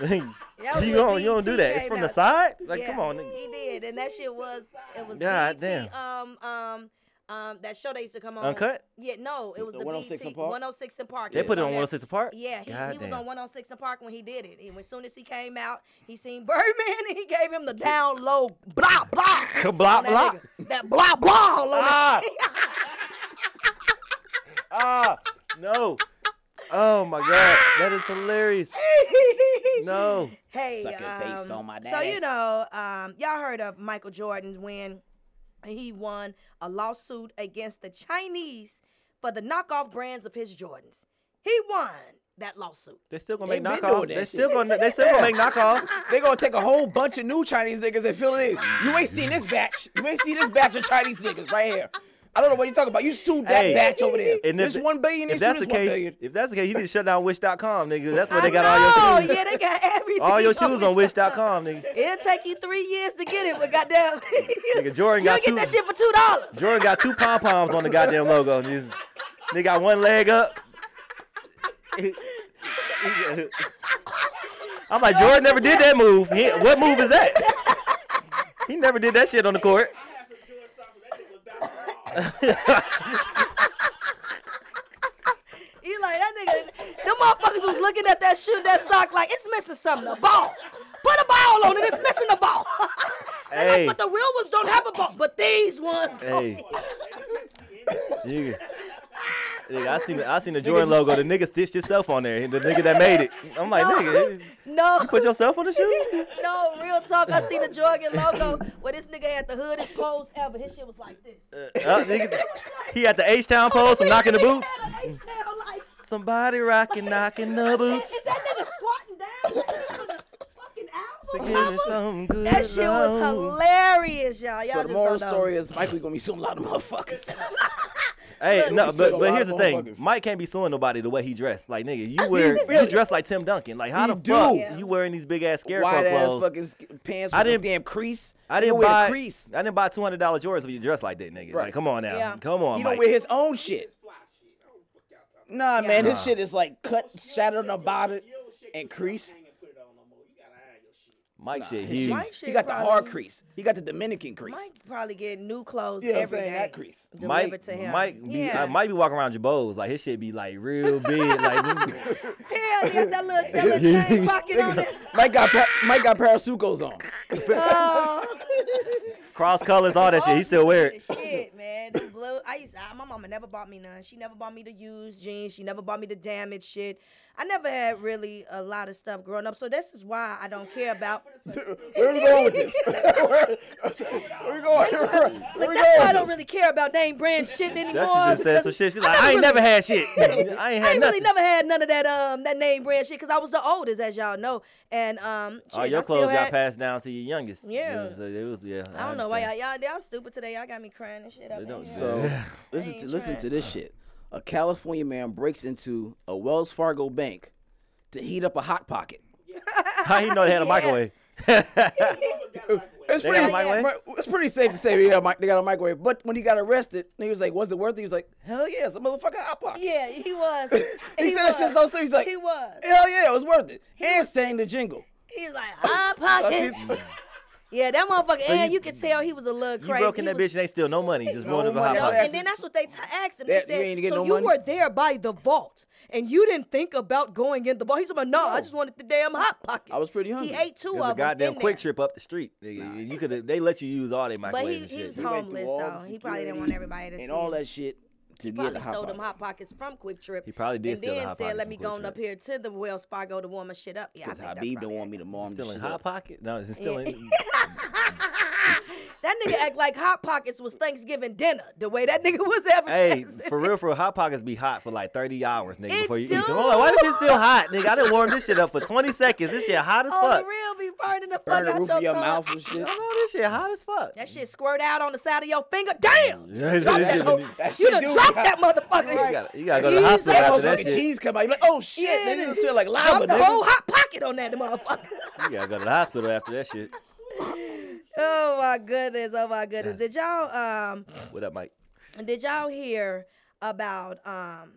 when- That was you when don't you don't BET do that. It's came from the out. side. Like Yeah, come on, nigga. He did, and that shit was it was God BET, damn. um um um that show they used to come on. Uncut? Yeah, no, it was The the, 106 BET and Park? 106 and oh Park. They He put it was on there. 106 apart. Yeah, he, he was Goddamn. on 106 and Park when he did it. And as soon as he came out, he seen Birdman and he gave him the down low blah blah. Blah, on that blah. nigga. That blah blah. all on Ah, that- ah, no. Oh my god, that is hilarious. No. Hey, Suck your face um, on my So you daddy. know, um, y'all heard of Michael Jordan when he won a lawsuit against the Chinese for the knockoff brands of his Jordans. He won that lawsuit. They still gonna They make been knockoffs. doing that They shit. still gonna they still gonna make knockoffs. They gonna take a whole bunch of new Chinese niggas and fill it in. You ain't seen this batch. You ain't seen this batch of Chinese niggas right here. I don't know what you talking about. You sued that Hey, batch over there. And this one billion. If they sued that's the this one case, billion. if that's the case, you need to shut down Wish.com, nigga. That's where I they got all know, your shoes. Yeah, they got everything. All your shoes on Wish.com, nigga. It'll take you three years to get it, but goddamn, Nigga, Jordan you'll got get two. that shit for two dollars. Jordan got two pom poms on the goddamn logo. and Just, they got one leg up. I'm like Jordan never did that move. He- what move is that? He never did that shit on the court. I had some George Sasser. That shit was bouncing off. You like that nigga? Them motherfuckers was looking at that shoe, that sock, like it's missing something. A ball. Put a ball on it. It's missing a ball. they Hey. like, but the real ones don't have a ball. But these ones. oh, Hey. Nigga. Nigga, I seen the, I seen the Jordan logo. The nigga stitched himself on there. The nigga that made it. I'm like, nigga, No. you put yourself on the shoe? no, real talk. I see the Jordan logo where this nigga had the hoodest pose ever. His shit was like this. Uh, nigga, he had the H Town pose from knocking the boots. Had an H-tail, like, Somebody rocking, knocking the is, boots. is that nigga squatting down? Like, this on the fucking Give album cover? me some good That shit was love. hilarious, y'all. Y'all So just the moral don't know. story is Michael gonna be suing a lot of motherfuckers. Hey, no, we but, sued a but lot here's the of thing. motherfuckers. Mike can't be suing nobody the way he dressed. Like nigga, you wear you really- dress like Tim Duncan. Like how He the do. fuck Yeah. you wearing these big ass scarecrow Wide ass clothes? fucking sk- pants. I With I didn't- didn't damn crease. I He didn't don't wear the buy crease. I didn't buy two hundred dollar Jordans if you dress like that, nigga. Like Right. come on now, Yeah. come on, He Oh, don't Mike. wear his own shit. Fly shit. I don't fuck y'all talking Nah, man, Nah. his shit is like cut, shattered on the bottom, about. You don't shake and your crease. thing and put it on no more. You gotta iron your shit. Mike shit His huge. Mike He shit got the hard probably- crease. He got the Dominican crease. Mike probably get new clothes Yeah, I'm every saying day that crease. delivered Mike, to him. Mike, be, uh, yeah, I might be walking around Jabos. Like his shit be like real big. Like nigga, Hell, he got that little, that little chain pocket on it. Mike got pa- Mike got parasucos on. Oh, cross colors, all that shit. He still wear it. Shit, man, them blue. I used I, my mama never bought me none. She never bought me the used jeans. She never bought me the damaged shit. I never had really a lot of stuff growing up, so this is why I don't care about. Where we going with this? Where we going? Where we Like going that's why I with don't this? really care about name brand shit anymore. That she just said because some shit. She's I like, I ain't really- never had shit. I ain't I had ain't really nothing. never had none of that um that name brand shit because I was the oldest, as y'all know. And um, shit, All your I still clothes got had, passed down to your youngest. Yeah. It was, it was- yeah I don't know why understand. y'all, y'all y'all stupid today. Y'all got me crying and shit. Up They in don't- here. So I listen to ain't listen trying. to this shit. A California man breaks into a Wells Fargo bank to heat up a hot pocket. How he know they had a Yeah. microwave? Mama's got a microwave. It's They pretty, got a microwave? it's pretty safe to say they got, a mic- they got a microwave. But when he got arrested, and he was like, "Was it worth it?" He was like, "Hell yeah, it's a motherfucking hot pocket." yeah, he was. he, said that shit so serious. He's like, He was. "Hell yeah, it was worth it." and sang the jingle. He's like hot pockets. Pockets. Yeah, that motherfucker. So and you- you, could tell he was a little You crazy. broke in He that was- bitch and they still no money. Just No rolling over hot money. No, That's- pockets. and then that's what they t- asked him. They That- you said, ain't getting "So no you money?" were there by the vault, and you didn't think about going in the vault?" He's like, "No, I just wanted the damn hot pocket." I was pretty he hungry. ate two It of was a them. goddamn in quick there. trip up the street. Nigga, You could they let you use all their But microwaves he, and he shit. was He went homeless, through all so the he probably didn't want security everybody to see. and all him. that shit to He get probably the stole hot them pocket. hot pockets from Quick Trip. He probably did and steal a then Hot said, Pocket "Let from me Quick go on Trip." up here to the Wells Fargo to warm my shit up." Yeah, I think that's Habib probably don't want it. me to mom Still this shit in hot up. pocket? No, it's still Yeah. in. that nigga act like hot pockets was Thanksgiving dinner. The way that nigga was Hey, advertising. for real, for real, hot pockets be hot for like thirty hours, nigga. It before you do. eat them, I'm like, why this shit still hot, nigga? I done warm this shit up for twenty seconds. This shit hot as on fuck. the Oh, real, be burning the fuck Burn the out roof of your tongue. mouth and shit. I know this shit hot as fuck. That shit squirt out on the side of your finger. Damn! Yeah, Drop it's- that it's- hoe. That You shit done do dropped be that motherfucker. You gotta, you gotta go to You the said hospital That after motherfucking that shit. You "Oh, cheese come out. You're like, oh shit, Yeah, nigga, nigga. it smell like Dropped lava, the whole nigga. hot pocket on that motherfucker. gotta go to the hospital after that shit. oh my goodness. Oh my goodness. Did y'all um What up, Mike? did y'all hear about um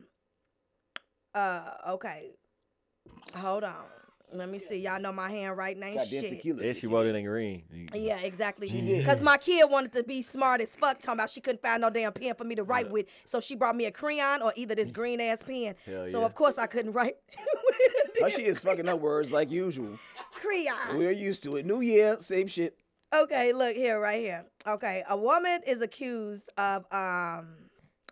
uh okay. Hold on. Let me see. Y'all know my handwriting ain't Goddamn shit. tequila. Yeah, she wrote it in green. Yeah, exactly. Because my kid wanted to be smart as fuck, talking about she couldn't find no damn pen for me to write with. So she brought me a crayon or either this green ass pen. Hell so yeah. of course I couldn't write But she is fucking up words like usual. crayon. We're used to it. New year, same shit. Okay, look here, right here. Okay, a woman is accused of um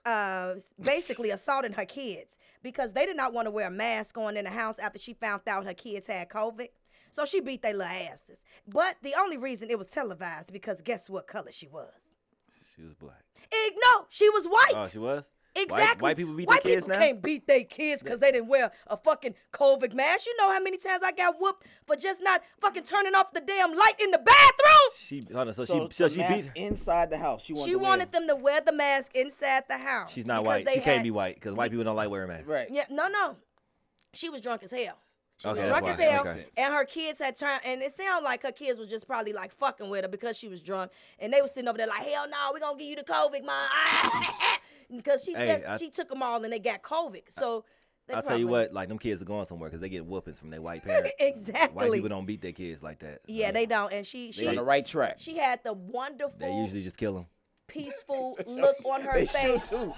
of basically assaulting her kids because they did not want to wear a mask on in the house after she found out her kids had COVID. So she beat their little asses. But the only reason it was televised because guess what color she was? She was black. Ig- no, she was white. Oh, she was. Exactly. White, white people beat White their kids people now. can't beat their kids because they didn't wear a fucking COVID mask. You know how many times I got whooped for just not fucking turning off the damn light in the bathroom? She, hold on, so, So, she, so so she beat. inside the house. She wanted, She to wear wanted them to wear the mask inside the house. She's not because white. they She can't had- be white because white people don't like wearing masks. Right. Yeah, no, no. She was drunk as hell. She Okay, was that's drunk as why. hell, Okay. and her kids had turned. And it sounded like her kids was just probably like fucking with her because she was drunk, and they was sitting over there like, "Hell no, we gonna give you the COVID, mom," because she Hey, just I- she took them all and they got COVID. So they I'll tell probably- you what, like them kids are going somewhere because they get whoopings from their white parents. exactly. White people don't beat their kids like that. Yeah, Like, they don't. And she She on she the right track. she had the wonderful, They usually just kill them. peaceful look on her They sure face. too.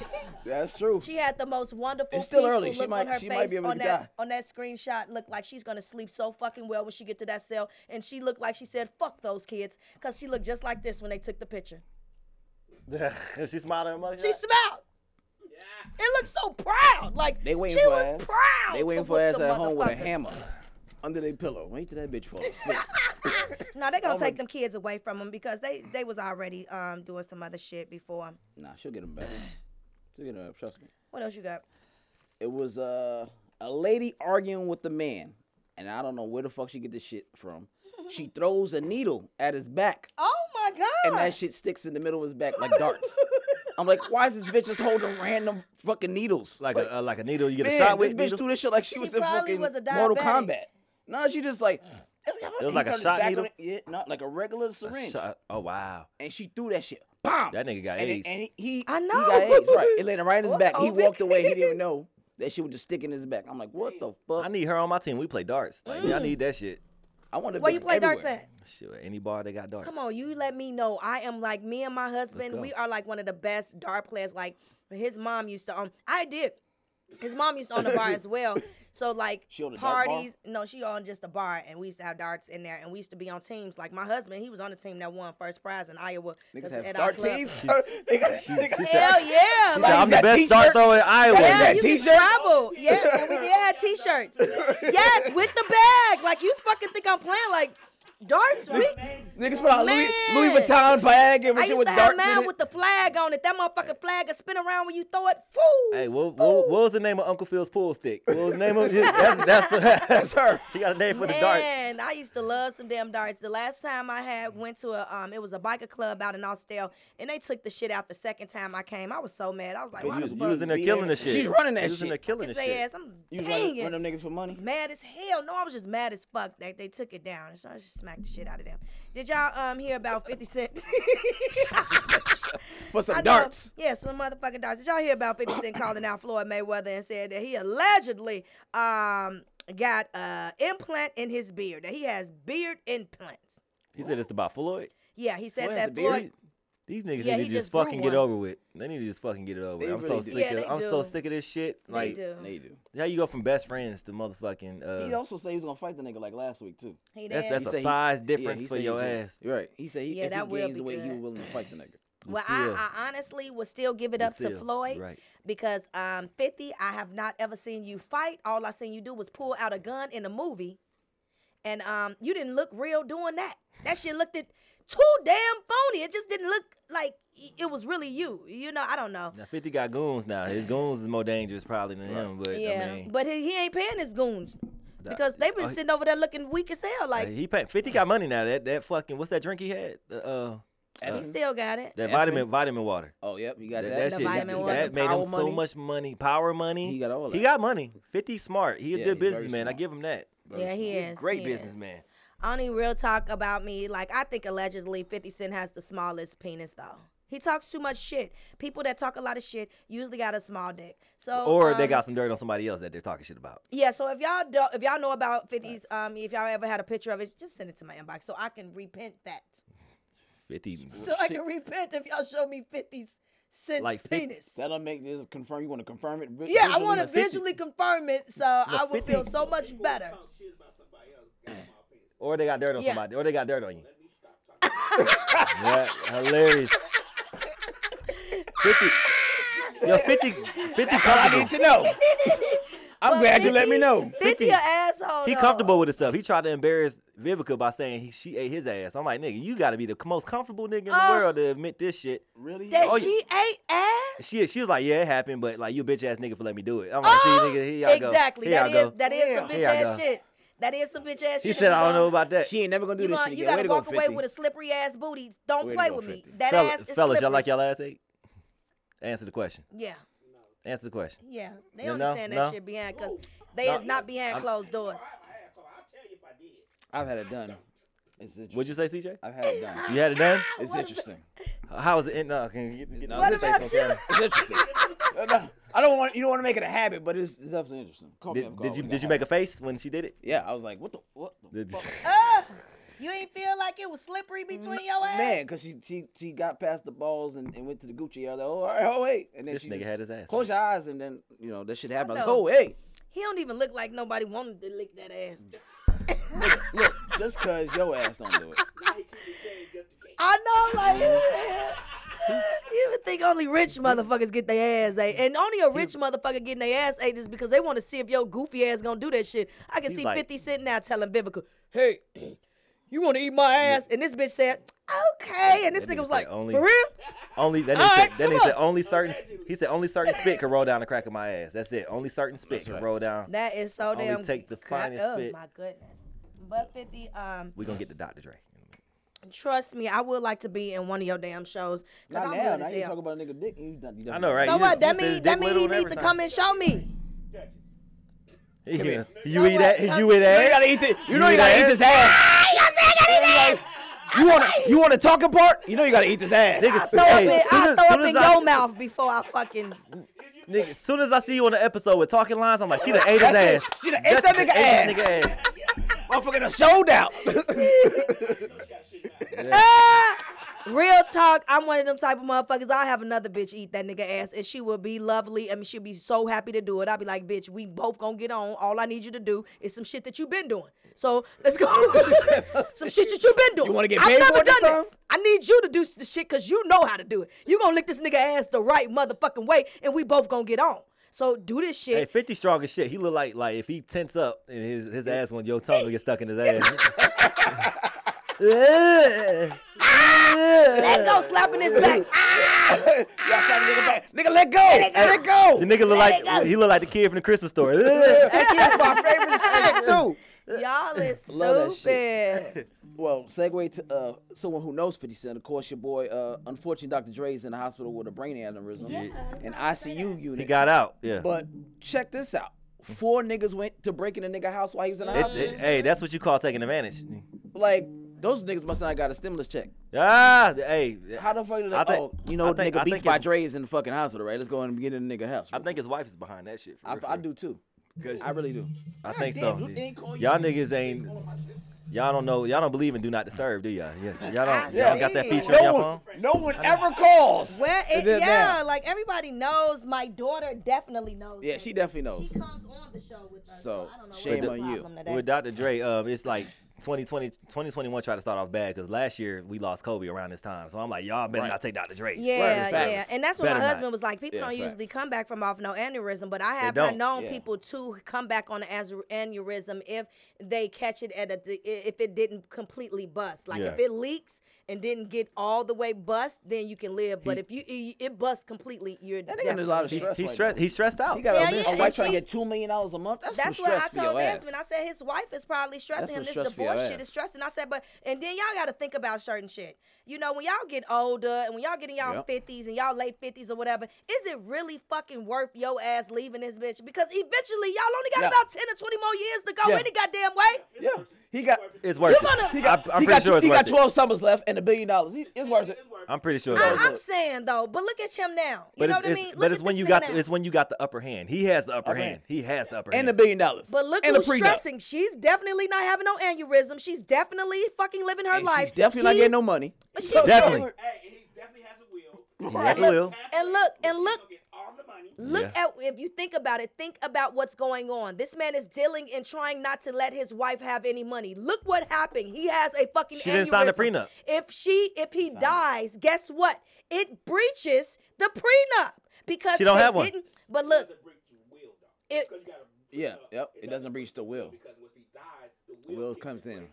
That's true. She had the most wonderful, It's still peaceful early. She look on might- her she might face be able on to that die. on that screenshot. Looked like she's gonna sleep so fucking well when she get to that cell. And she looked like she said, "Fuck those kids," because she looked just like this when they took the picture. she smiled at her mother. She smiled. It looked so proud. Like They waiting she for was ass. proud. They waiting to for whoop ass the at home with a motherfucker. hammer under their pillow. Wait till that bitch fall asleep. No, they gonna Oh take them kids away from them because they they was already um doing some other shit before. nah, she'll get him back. She'll get him back. Trust me. What else you got? It was uh, a lady arguing with a man, and I don't know where the fuck she get this shit from. She throws a needle at his back, Oh my god. and that shit sticks in the middle of his back like darts. I'm like, why is this bitch just holding random fucking needles? Like a uh, like a needle you get man, a shot with. this bitch needle? threw this shit like she, was in probably fucking was a Mortal diabetic. Kombat. No, she just like it was like a shot needle? Yeah, not like a regular syringe, Shot- Oh wow, and she threw that shit. Bomb. that nigga got and, AIDS. it- and he, he, I he know. got AIDS, right? It landed right in his What back. He COVID? walked away. He didn't even know that shit was just sticking in his back. I'm like, what the fuck? I need her on my team. We play darts. Like, I need that shit. I want to. Where you play darts at? Shit, any bar they got darts. Come on, you let me know. I am like me and my husband. go. We are like one of the best dart players. Like his mom used to own. I did. His mom used to own a bar as well. So like She owned a dart bar? parties. No, she owned just a bar, and we used to have darts in there, and we used to be on teams. Like my husband, he was on the team that won first prize in Iowa. 'cause Niggas have at our dart club- teams. She- They got- she- they got- she said- Hell yeah! Like, Like, I'm you Like the got best dart t-shirt? thrower in Iowa. yeah, got you can t-shirts? travel. Yeah, and we did have T-shirts. Yes, with the bag. Like you fucking think I'm playing? Like darts, we. Niggas put out Louis, Louis Man. Vuitton bag and I shit used with to have darts in mine it. with the flag on it. That motherfucking flag would spin around when you throw it. Fool. Hey, what, what, what was the name of Uncle Phil's pool stick? What was the name of his? That's, that's, That's her. he got a name for the dart. Man, I used to love some damn darts. The last time I had went to a um, it was a biker club out in Austell, and they took the shit out the second time I came. I was so mad. I was like, why You, the was- you fuck was in there be killing there? the shit. She's running that You was in shit. there killing the is they shit. ass? I'm You dang was running, it. running them niggas for money. was mad as hell. No, I was just mad as fuck that they took it down. So I just smacked the shit out of them. Did y'all um hear about 50 Cent? For some I know- darts. Yeah, some motherfucking darts. Did y'all hear about 50 Cent calling out Floyd Mayweather and said that he allegedly um got uh implant in his beard, that he has beard implants. He said it's about Floyd. Yeah, he said Floyd has a that beard. Floyd. These niggas Yeah, need he to just just grew fucking get one. over with. They need to just fucking get it over. They with. I'm so really do. sick. Yeah, of, they I'm so do. sick of this shit. They Like, do. They do. how you go from best friends to motherfucking? Uh, He also said he was gonna fight the nigga like last week too. He that's did. that's He a said he- size Yeah, difference he for said he your was- ass. Uh. Right. He said he Yeah, if that he will gains be the weight, he good. was willing to fight the nigga. well, I, Lucille. I honestly would still give it up to Lucille, Floyd Right. because um, 50, I have not ever seen you fight. All I seen you do was pull out a gun in a movie, and um, you didn't look real doing that. That shit looked it too damn phony. It just didn't look like y- it was really you. You know, I don't know. Now Fifty got goons now. His goons is more dangerous probably than him. But yeah, I mean, but he, he ain't paying his goons because they've been oh, he- sitting over there looking weak as hell. uh, Like he paid, Fifty got money now. That that fucking what's that drink he had? The, Uh, he still got it. that Effing- vitamin vitamin water. Oh yep, he got That, that. that The shit vitamin that, water. that made him Power so money. much money. Power money. He got all He that. got money. 50 smart. He a Yeah, good he's very businessman. I smart. give him that. Yeah, he He a is. Great He is. businessman. Only real talk about me, like I think allegedly 50 Cent has the smallest penis though. He talks too much shit. People that talk a lot of shit usually got a small dick. So Or they um, got some dirt on somebody else that they're talking shit about. Yeah, so if y'all do, if y'all know about 50's um if y'all ever had a picture of it, just send it to my inbox so I can repent that. 50. So I can repent if y'all show me 50's Cent's Like 50 penis. That'll make this confirm. You want to confirm it? vi- yeah, I visually? want to 50 visually confirm it so I would 50 feel so much People who better. Talk shit about somebody else. Got my opinion. Or they got dirt on Yeah. somebody. Or they got dirt on you. Let me stop talking. Yeah, hilarious. 50. Yo, 50. 50 I need comfortable. to know. I'm But glad you let me 50 know. 50 a asshole. He though. comfortable with himself. He tried to embarrass Vivica by saying he, she ate his ass. I'm like, nigga, you got to be the most comfortable nigga in the Oh. world to admit this shit. Really? that Oh, yeah. she ate ass. She she was like, yeah, it happened, but like you a bitch ass nigga for letting me do it. I'm like, see, Oh, nigga, here y'all go. exactly. Here That is y'all go. that is some Here bitch y'all ass go. shit. That is some bitch ass shit. He if said, you I don't gonna- know about that. She ain't never gonna do You, this gonna, shit you again. Way gotta to walk go, away 50. with a slippery ass booty. Don't Way to play go, with me. 50. That Fella- ass is fellas, slippery. y'all like y'all ass ate? Answer the question. Yeah, Answer the question. yeah. They You only know? saying that No? shit behind because they No. is not behind I'm- closed doors. I have an asshole. I'll tell you if I did. I've had it done. It's interesting. What'd you say, CJ? I've had it done. You had it done? It's What interesting. How was it? In, no, can you get, get No, What get your face about on you? camera? It's interesting. No, no, I don't want you don't want to make it a habit, but it's, it's definitely interesting. Call me Did, off did guard you when did that you make a happened. face when she did it? Yeah, I was like, what the what the Did you- fuck? Ugh, you ain't feel like it was slippery between your ass. Man, because she, she she got past the balls and, and went to the Gucci. I was like, oh, all right, oh wait, and then This she nigga just- had his ass. Close your eyes and then you know that shit happened. I was know. like, oh hey, He don't even look like nobody wanted to lick that ass. look, just cause your ass don't do it. Now he keep his game just in case. I know, like you would think only rich motherfuckers get their ass ate, and only a rich motherfucker getting their ass ate is because they want to see if your goofy ass gonna do that shit. I can He's see like- Fifty Cent now telling Vivica, "Hey, you want to eat my ass?" And this bitch said, "Okay," and this That nigga nigga was said like, only- "For real?" Only that nigga, All said, right, that come nigga said on. only certain. He said only certain spit can roll down the crack of my ass. That's it. Only certain spit can right. roll down. That is so Only damn. take the cra- finest oh bit. my goodness. But Fifty, um, We gonna get the Dr. Dre. trust me, I would like to be in one of your damn shows Not because I'm now. good Now as you talk hell. about a nigga dick. You, done- you done- I know, right? So You what? just- That you said mean dick that mean little he and need to everything. come and show me. Judges. Yeah. So You eat what? that? You eat You that? gotta eat it. You know you eat gotta eat ass? this ass. You wanna you wanna talk apart? You know you gotta eat this ass. Nigga, throw hey, up in, soon I throw as- soon up as in I- your mouth before I fucking. Nigga, as soon as I see you on the episode with talking lines, I'm like, she done ate his ass. That's it. She done ate that nigga Ate ass. this nigga ass. Motherfucker done showed out. Ah! Real talk, I'm one of them type of motherfuckers. I'll have another bitch eat that nigga ass, and she will be lovely. I mean, she'll be so happy to do it. I'll be like, bitch, we both gonna get on. All I need you to do is some shit that you've been doing. So let's go. some shit that you've been doing. You wanna get I've paid never for it this done time? this. I need you to do the shit because you know how to do it. You gonna lick this nigga ass the right motherfucking way, and we both gonna get on. So do this shit. Hey, 50 strong as shit. He look like like if he tense up and his his ass on your tongue will get stuck in his ass. Let go, slapping his back. Ah, Y'all slap the nigga back. Nigga, let go. Let, go. The nigga look Let it like go. he look like the kid from the Christmas store. Ugh. That kid's my favorite shit too. Y'all is Love that stupid. Well, segue to uh, someone who knows 50 Cent. Of course, your boy, uh, unfortunately, Dr. Dre is in the hospital with a brain aneurysm, an ICU unit. he got out. Yeah. But check this out. Four niggas went to breaking a nigga house while he was in the It's- hospital. it- hey, that's what you call taking advantage. like those niggas must not got a stimulus check. Ah, hey. How the fuck did they? I think- oh, you know, I think- I nigga Beats think by it's- Dre is in the fucking hospital, right? Let's go and get in the nigga house. I think his wife is behind that shit. for I, real, for I real. do too. 'Cause I really do. I think Damn, so. you didn't call Y'all you- niggas ain't. Y'all don't know. Y'all don't believe in Do Not Disturb, do y'all? Yeah, y'all don't. I Y'all got that see. feature on No your one, phone. no one ever calls. Well, it, Then yeah, now. like everybody knows. My daughter definitely knows. Yeah, it. she definitely knows. She comes on the show with us. So, So, I don't know what shame the on you. problem today. With Dr. Dre, um, it's like 2020, 2021 tried to start off bad because last year we lost Kobe around this time. So I'm like, y'all better Right. not take Dr. Dre. Yeah, facts. yeah, and that's what my Better not. husband was like. People Yeah, don't usually facts. come back from off no aneurysm, but I have don't, known yeah. people to come back on an as- aneurysm if they catch it at a di- i- if it didn't completely bust. Like Yeah. if it leaks and didn't get all the way bust, then you can live. But He- if you i- it busts completely, you're That nigga under a lot of definitely- He's, stress. right he's stressed. now. He's stressed out. He got Yeah, a, yeah, yeah, a and wife trying she- to get two million dollars a month. That's, That's some what stress I for your told ass. Desmond. I said his wife is probably stressing That's him. some This stress for your divorce shit ass. is stressing. I said, but and then y'all got to think about certain shit. You know, when y'all get older and when y'all get in y'all Yep. fifties and y'all late fifties or whatever, is it really fucking worth your ass leaving this bitch? Because eventually y'all only got Yeah. about ten or twenty more years to go Yeah. any goddamn way. yeah, he got. It's worth You're it. gonna- I, I'm he pretty got, sure it's he worth got it. twelve summers left and a billion dollars. He, it's worth it. It's worth I'm pretty sure it's I- worth I- it. I'm saying though, but look at him now. You But know what it's, I it's- mean? but look it's at when this you nigga got now. the, it's when you got the upper hand. He has the upper Upper hand. hand. He has the upper And a hand. billion dollars. But look and a who's prenup. stressing. She's definitely not having no aneurysm. She's definitely fucking living her And life. She's definitely not He's- getting no money. She Definitely. is. it. Hey, he definitely has a will. Right. will. And look, and look, He's gonna get all the money. Look Yeah. at if you think about it, think about what's going on. This man is dealing and trying not to let his wife have any money. Look what happened. He has a fucking She didn't sign the aneurysm. prenup. If she if he dies, guess what? It breaches the prenup because She don't they have one. didn't- But It look, doesn't break your will though. It- Because you gotta bring Yeah, up, yep. It doesn't reach the will. Because once he dies, the The will, will kicks comes in. in. And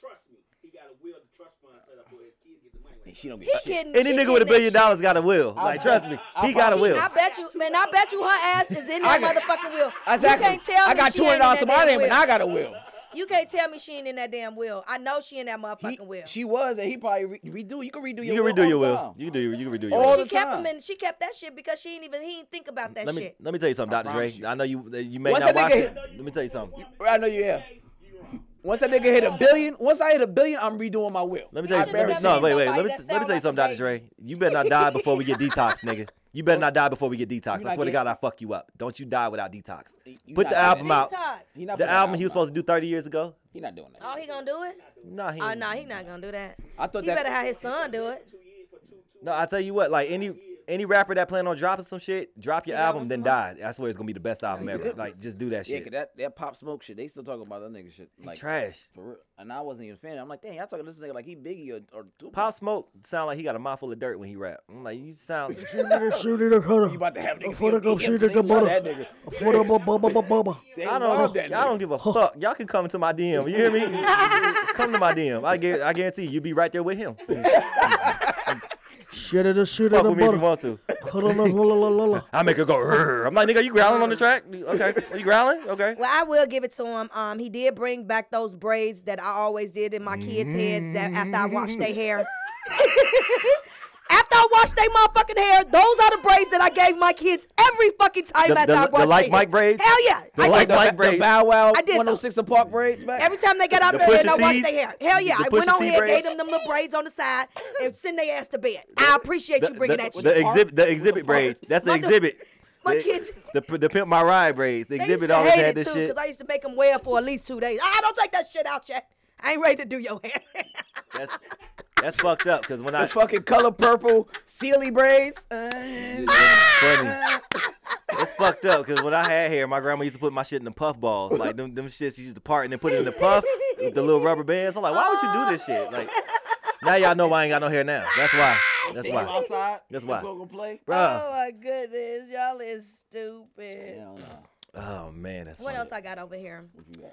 trust me, he got a will to trust fund set up for his kids to get the money. And she don't he get shit. getting Uh, Any she nigga with a getting billion that dollars got a will. Like trust me, I- he got a I- will. shit. I bet you, man. I bet you her ass is in I that got- motherfucking wheel. Exactly. You can't tell me I got she two hundred ain't in dollars that to my damn name, and will. I got a will. You can't tell me she ain't in that damn will. I know she in that motherfucking He- will. she was, and he probably re- redo. You can redo your. You can will redo your all the will. time. You can do. You can redo your All will. the she kept him time. and she kept that shit because she ain't even he didn't think about that let me shit. let me tell you something, Doctor Dre. promise you. I know you that you may Once not that watch nigga it. hit- Let me tell you something. I know you have. You're wrong. Once that nigga hit a billion, once I hit a billion, I'm redoing my will. Let me tell I should've you. Let me, guarantee never no, it. hit wait, wait. nobody Let me that let me sound tell you like something, a Doctor Dre. You better not die before we get detox, nigga. You better not die before we get detox. You I not swear to get- God, I fuck you up. Don't you die without detox. You not Put the getting album out. Detox. He not The putting album out he was now. supposed to do 30 years ago. He not doing that. Oh, he gonna do it? Nah, he. Oh ain't. no, he not gonna do that. I thought he that- better have his son do it. Two years for two, two. No, I tell you what, like any any rapper that plan on dropping some shit, drop your Yeah, album, what's then the die. I swear it's gonna be the best album ever. Yeah. Like just do that Yeah, shit. 'cause that that pop smoke shit. They still talking about that nigga shit. Like Trash. For real. And I wasn't even a fan. I'm like, dang, y'all talking to this nigga like he Biggie or, or Tupac. Pop Smoke sound like he got a mouthful of dirt when he rap. I'm like, you sound. Shoot it, cutter. You about to have niggas Before they eat go that shoot thing. it, the Love butter. that nigga. Before the bu- bu- bu- bu- bu- bu- They I love don't. that I don't nigga. give a fuck. Y'all can come to my DM. You hear me? come to my DM. I guarantee, I guarantee you, be right there with him. Shit it, shoot it, fuck the with me if you butter. want to. Cutter, la- la- la- la- la. I make her go. "Rrr." I'm like, nigga, you growling on the track? Okay, are you growling? Okay. Well, I will give it to him. Um, he did bring back those braids that I always did in my kids' heads that after I washed their hair. after I washed their motherfucking hair, those are the braids that I gave my kids every fucking time The- after the- I the washed their like hair. Mike braids? Hell yeah. The I did like The, those. Mike the braids. Bow Wow I did 106 and Park braids back. Every time they got out The there and I Pusha washed T's? their hair. Hell yeah. The I went Pusha on T here, gave braids? them them little braids on the side and send their ass to bed. I appreciate The, you bringing the- that shit. the exhibit, the exhibit braids. That's the Mother- exhibit. my The- kids- The, the, pimp my ride braids. The They exhibit used to always hate had it this too, shit. cause I used to make them wear for at least two days. I don't take that shit out yet. I ain't ready to do your hair. That's that's fucked up. Cause when I The fucking color purple Sealy braids. Uh, funny. It's fucked up because when I had hair, my grandma used to put my shit in the puff balls, like them them shits. She used to part and then put it in the puff with the little rubber bands. I'm like, why would you do this shit? Like, now y'all know why I ain't got no hair now. That's why. That's you why, outside. That's you why. Go go play. oh Bruh. my goodness, y'all is stupid. Hell no. Oh man, that's What funny. else I got over here? What you got?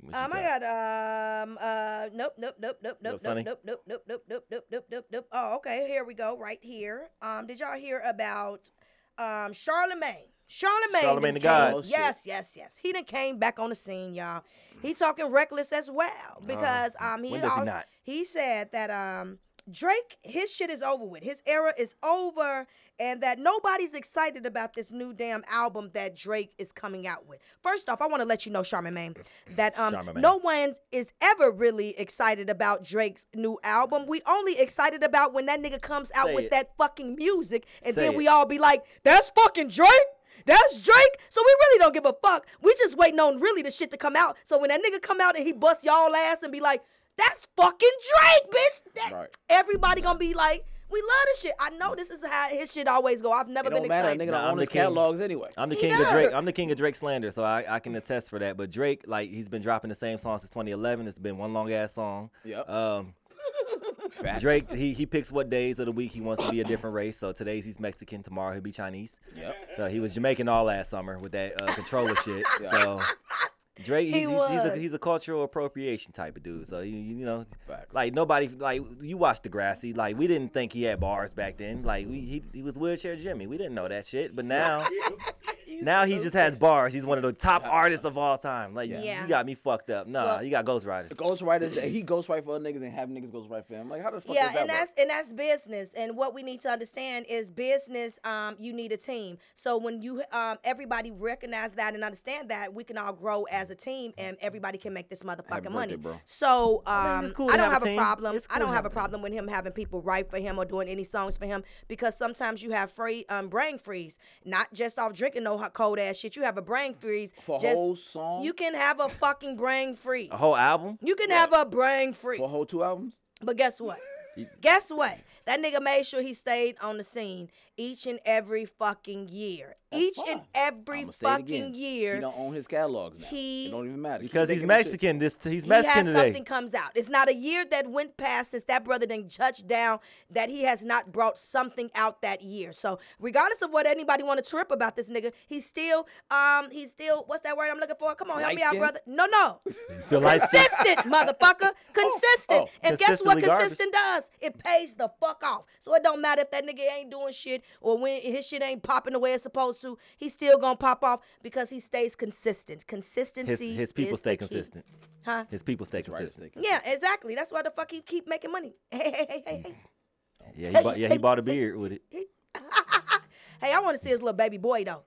What you Um, I got um uh nope nope nope nope nope Little nope Sunny? nope nope nope nope nope nope nope nope nope. Oh, okay, here we go, right here. Um, did y'all hear about um Charlemagne? Charlemagne, done Charlemagne the God. came- Oh, shit. yes, yes, yes. He done came back on the scene, y'all. He talking reckless as well because um he Uh, when does he al- not? he said that um Drake his shit is over with. His era is over and that nobody's excited about this new damn album that Drake is coming out with. First off, I want to let you know Charlemagne that um Charlamagne. no one is ever really excited about Drake's new album. We only excited about when that nigga comes out Say with it. that fucking music and Say then it. we all be like, "That's fucking Drake." That's Drake. So we really don't give a fuck. We just waiting on really the shit to come out. So when that nigga come out and he bust y'all ass and be like, that's fucking Drake, bitch. That- Right. Everybody gonna be like, we love this shit. I know this is how his shit always go. I've never It been don't matter. Nigga excited. don't Nah, I'm own the his king. catalogs anyway. I'm the He king does. of Drake. I'm the king of Drake slander, so I, I can attest for that. But Drake, like, he's been dropping the same song since 2011. It's been one long ass song. Yep. Um, Facts. Drake, he he picks what days of the week he wants to be a different race. So today's he's Mexican, tomorrow he'll be Chinese. Yep. So he was Jamaican all last summer with that uh, controller shit. Yeah. So Drake, He he, he's, he's, a, was. he's a cultural appropriation type of dude. So you you know, Facts. like nobody like you watch Degrassi. Like we didn't think he had bars back then. Like we, he he was wheelchair Jimmy. We didn't know that shit. But now now he just has bars. He's one of the top artists of all time. Like Yeah. you got me fuckcked up. Nah, Well- you got Ghost Riders. Ghostwriters, that- he ghostwrite for other niggas and have niggas ghostwrite for him. Like, how the fuck yeah does that and work? that's and that's business and what we need to understand is business um you need a team so when you um everybody recognize that and understand that we can all grow as a team and everybody can make this motherfucking Mm. birthday, money bro. so um I i, mean, it's cool to don't have a have a, team. problem It's i cool don't to have have a a team. problem with him having people write for him or doing any songs for him because sometimes you have free um brain freeze not just off drinking no hot cold ass shit you have a brain freeze For a just whole song? you can have a fucking brain freeze A whole album. you can have a brain freeze for a whole two albums? but guess what? guess what? That nigga made sure he stayed on the scene each and every fucking year. each and fine. every I'ma say it again. fucking He year, don't own his catalogs now. he- it don't even matter. Keep Because he's making them shit. Mexican. This he's he has Mexican today. something comes out. It's not a year that went past since that brother didn't touch down that he has not brought something out that year. So regardless of what anybody want to trip about this nigga, he's still um he's still what's that word I'm looking for? Come on, help me out, Light-skinned? brother. No, no. So like consistent, motherfucker. Consistent. oh, and guess what consistently garbage. consistent does? It pays the fuck off. So it don't matter if that nigga ain't doing shit or when his shit ain't popping the way it's supposed to. He's still gonna pop off because he stays consistent. his Consistency. his people is stay the key. consistent. Huh? His people stay Right, consistent. stick. Yeah, exactly. That's why the fuck he keep making money. Hey, hey, hey, hey, Mm. hey. Yeah, he bought, yeah, he bought a beard with it. Hey, I wanna see his little baby boy though.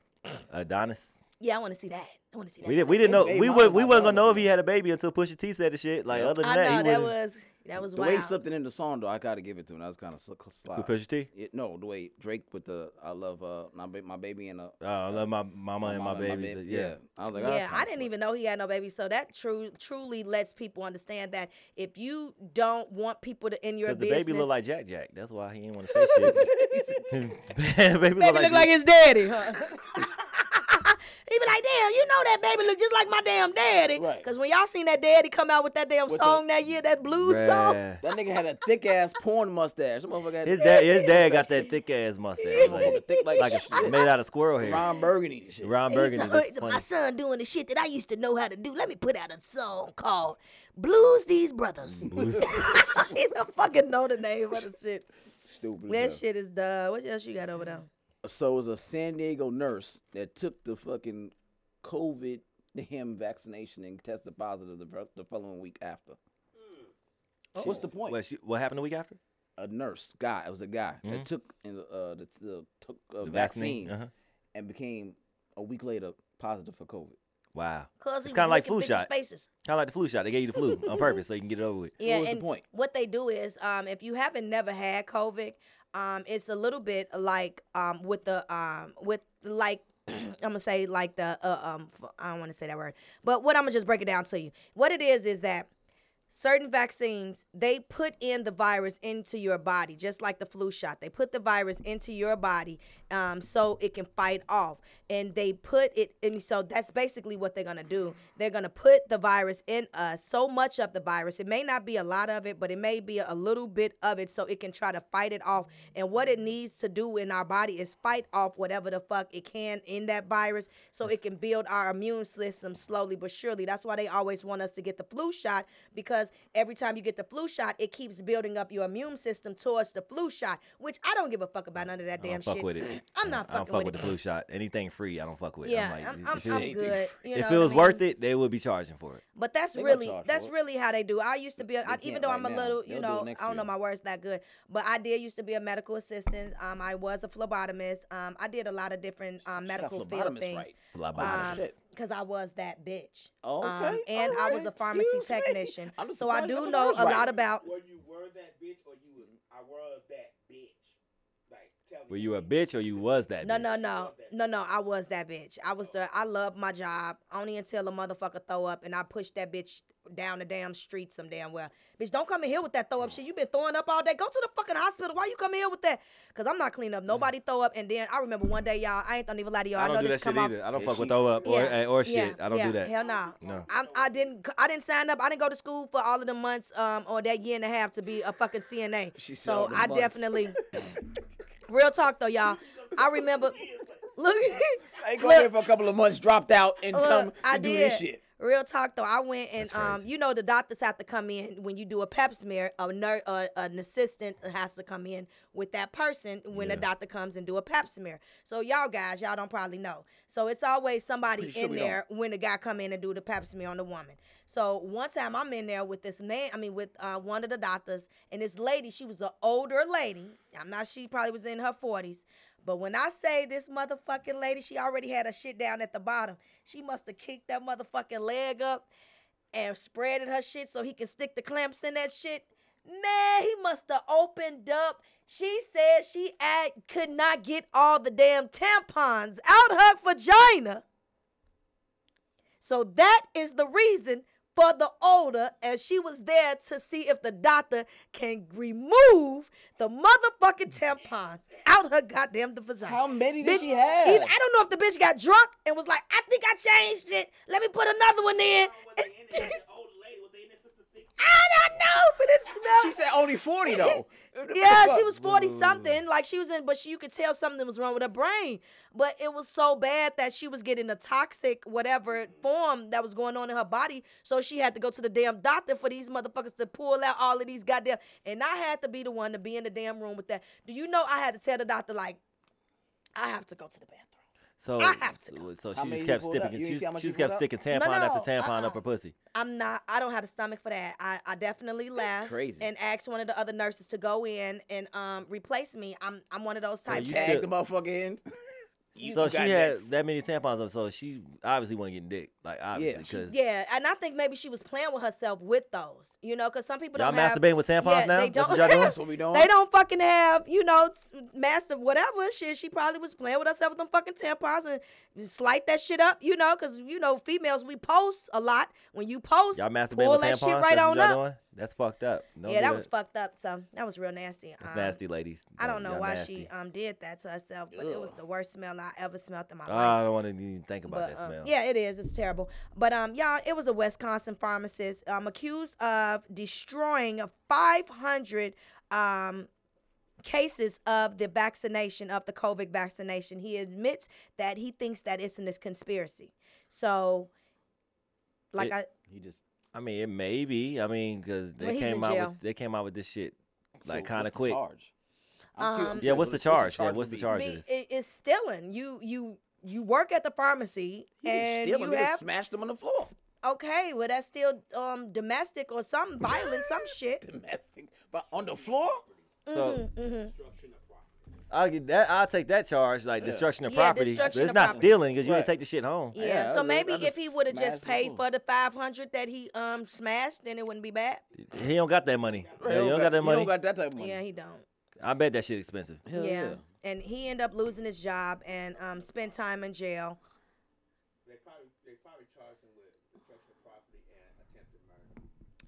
Adonis. Yeah, I wanna see that. I wanna see that. We did. We didn't know. made We mine would. We about wasn't gonna Adonis, know if he had a baby until Pusha T said the shit. Like other than I that, know he that wouldn't- was that was The way wild. he slipped it in the song, though, I gotta give it to him. That was kind of sl- slide. with Pusha T. It- no, the way Drake with the "I love uh my, ba- my baby" and uh, Oh, I love my mama and my mama baby. ba- yeah. I was like, yeah, I didn't even know he had no baby. So that true truly lets people understand that if you don't want people to in your Because the business, baby looked like Jack Jack. That's why he didn't want to say shit. The baby, Baby looked look like, like Jack- his daddy. Huh? he be like, damn, you know that baby look just like my damn daddy. Right. Cause when y'all seen that daddy come out with that damn With the- song that year, that blues song. Bruh. That nigga had a thick ass porn mustache. That motherfucker had His dad. His dad got that thick ass mustache, motherfucker like, thick like, like a, made out of squirrel hair. Ron Burgundy and shit. And Ron he Burgundy. told- that's my funny. son doing the shit that I used to know how to do. Let me put out a song called Blues These Brothers. he don't fucking know the name of the shit. Stupid. as That hell. shit is dumb. What else you got over there? So it was a San Diego nurse that took the fucking COVID damn vaccination and tested positive the, fol- the following week after. Mm. What's Oh. the point? What, she, what happened the week after? a nurse guy. It was a guy that took and uh, that uh, took a vaccine, Mm-hmm. vaccine, uh-huh. and became a week later positive for COVID. Wow. Cause It's he kinda was like licking flu bitches' shot. Faces. Kind of like the flu shot. They gave you the flu on purpose so you can get it over with. Yeah, was the and point? what they do is, um, if you haven't never had COVID, um, it's a little bit like um with the um with like. I'm gonna say like the uh, um f- I don't want to say that word, but what I'm gonna just break it down to you. What it is is that certain vaccines they put in the virus into your body just like the flu shot they put the virus into your body um, so it can fight off and they put it in so that's basically what they're gonna do they're gonna put the virus in us so much of the virus it may not be a lot of it but it may be a little bit of it so it can try to fight it off and what it needs to do in our body is fight off whatever the fuck it can in that virus so it can build our immune system slowly but surely that's why they always want us to get the flu shot because every time you get the flu shot, it keeps building up your immune system towards the flu shot, which I don't give a fuck about none of that I damn don't fuck shit. with it. I'm not I don't fucking with fuck with it. the flu shot. Anything free, I don't fuck with. Yeah, like, I'm, if I'm, it- I'm good. You know if what it I was mean? worth it, they would be charging for it. But that's They gonna really charge that's for it. really how they do. I used to be, a, I, can't even though right I'm a now. little, They'll you do know, it next I don't know year. my words that good, but I did used to be a medical assistant. Um, I was a phlebotomist. Um, I did a lot of different um, medical field phlebotomist things. right. Phlebotomist. shit. because I was that bitch. Okay, Um, and I was alright, a pharmacy excuse me. technician, I'm just so I surprised you got do the know words a right. lot about Where you were that bitch or you was I was that bitch. Like tell me Were you a bitch or you was that? No, bitch? no, no, no, no. I was that bitch. I was the. I love my job only until a motherfucker throw up, and I push that bitch down the damn street some damn well. Bitch, don't come in here with that throw up shit. You been throwing up all day. Go to the fucking hospital. Why you come here with that? Cause I'm not cleaning up. Nobody throw up. And then I remember one day, y'all. I ain't don't even lie to y'all. I don't know do that this shit come off- either. I don't Yeah, fuck with she- throw up or Yeah, or yeah, shit. I don't yeah, do that. Hell no. No. I'm, I didn't. I didn't sign up. I didn't go to school for all of the months um or that year and a half to be a fucking CNA. She said all so the I months. definitely. real talk though, y'all. I remember. Look. I Look. ain't going here for a couple of months, dropped out, and Look, come I to do this did. shit. Real talk though, I went and That's um, crazy. you know the doctors have to come in when you do a pep smear. A ner- uh, an assistant has to come in with that person when the Yeah. doctor comes and do a pep smear. So y'all guys, y'all don't probably know. So it's always somebody Pretty sure in we there when the guy come in and do the pap smear on the woman. So one time I'm in there with this man, I mean with uh, one of the doctors, and this lady, she was an older lady. I'm not, she probably was in her 40s. But when I say this motherfucking lady, she already had her shit down at the bottom. She must have kicked that motherfucking leg up and spreaded her shit so he can stick the clamps in that shit. Man, he must have opened up. She said she act, could not get all the damn tampons out her vagina. So that is the reason for the odor, and she was there to see if the doctor can remove the motherfucking tampons out her goddamn the vagina. How many did Bitch, she have? either- I don't know if the bitch got drunk and was like, I think I changed it. Let me put another one in. Was they in there? The old lady was they in there since the 60s? I don't know, but it smelled. she said only 40, though. What the Yeah, fuck? she was forty something. Like she was in, but she, you could tell something was wrong with her brain. But it was so bad that she was getting a toxic whatever Mm-hmm. form that was going on in her body. So she had to go to the damn doctor for these motherfuckers to pull out all of these goddamn. And I had to be the one to be in the damn room with that. Do you know I had to tell the doctor like, I have to go to the bathroom. So I have to so, so How she many you just kept pulled out? sticking. You She didn't see how much she you just kept pulled out? sticking tampon after no, tampon up uh-uh. her pussy. I'm not. I don't have the stomach for that. I, I definitely laughed crazy. and asked one of the other nurses to go in and um replace me. I'm I'm one of those types. you that- Tag still- the motherfucker in. You so she got had next. that many tampons up, so she obviously wasn't getting dick. Like obviously, because Yeah, and I think maybe she was playing with herself with those, you know, because some people y'all don't have. masturbating with tampons Yeah, now. they don't- That's what y'all doing. That's what we doing. They don't fucking have, you know, s- master whatever shit. She probably was playing with herself with them fucking tampons and slight that shit up, you know, because you know females we post a lot. When you post, Y'all masturbating pull with tampons. that shit That's right what on y'all up. doing? That's fucked up. Don't yeah, do that was fucked up. So that was real nasty. That's Um, nasty, ladies. I don't Y'all know why nasty. she um did that to herself, but it was the worst smell I ever smelled in my life. I don't want to even think Ah, about But, that um, smell. yeah, it is. It's terrible. But um, y'all, it was a Wisconsin pharmacist um accused of destroying 500 um cases of the vaccination of the COVID vaccination. He admits that he thinks that it's in this conspiracy. So, like It- I. He just I mean, it may be. I mean, because they Well, he's in came out jail. with they came out with this shit like So what's kind of the quick. charge? I'm cu- Um, I'm Yeah, what's the curious. charge? Yeah, what's would the be? charge? be- this. it- it's stealing. You you you work at the pharmacy He and didn't steal him. you He have just smashed him on the floor. okay. Well, that's still um domestic or some violence, some shit. Domestic, but on the floor. So hmm I'll get that. I'll take that charge, like destruction of Yeah, property. destruction but it's of not property. stealing because you didn't Right. take the shit home. Yeah. Yeah, so I maybe just- I if he just would have just smashed the paid fool. for the five hundred that he um smashed, then it wouldn't be bad. He don't got that money. Right, Yeah, he you don't got that he money. Don't got that type of money. Yeah, he don't. I bet that shit expensive. Hell yeah. And he ended up losing his job and um spent time in jail. They probably, they probably charged him with destruction of property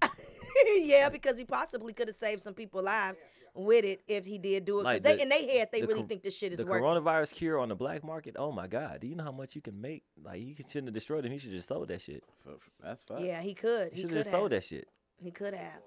and attempted murder. yeah, because he possibly could have saved some people lives with it if he did do it. Because Like they the- in their head they the really cor- think this shit is the working. coronavirus cure on the black market. Oh my God! Do you know how much you can make? Like you shouldn't have destroyed him. You should have sold that shit. F- f- That's fine. yeah, he could. You He should could have have. just sold that shit. He could have.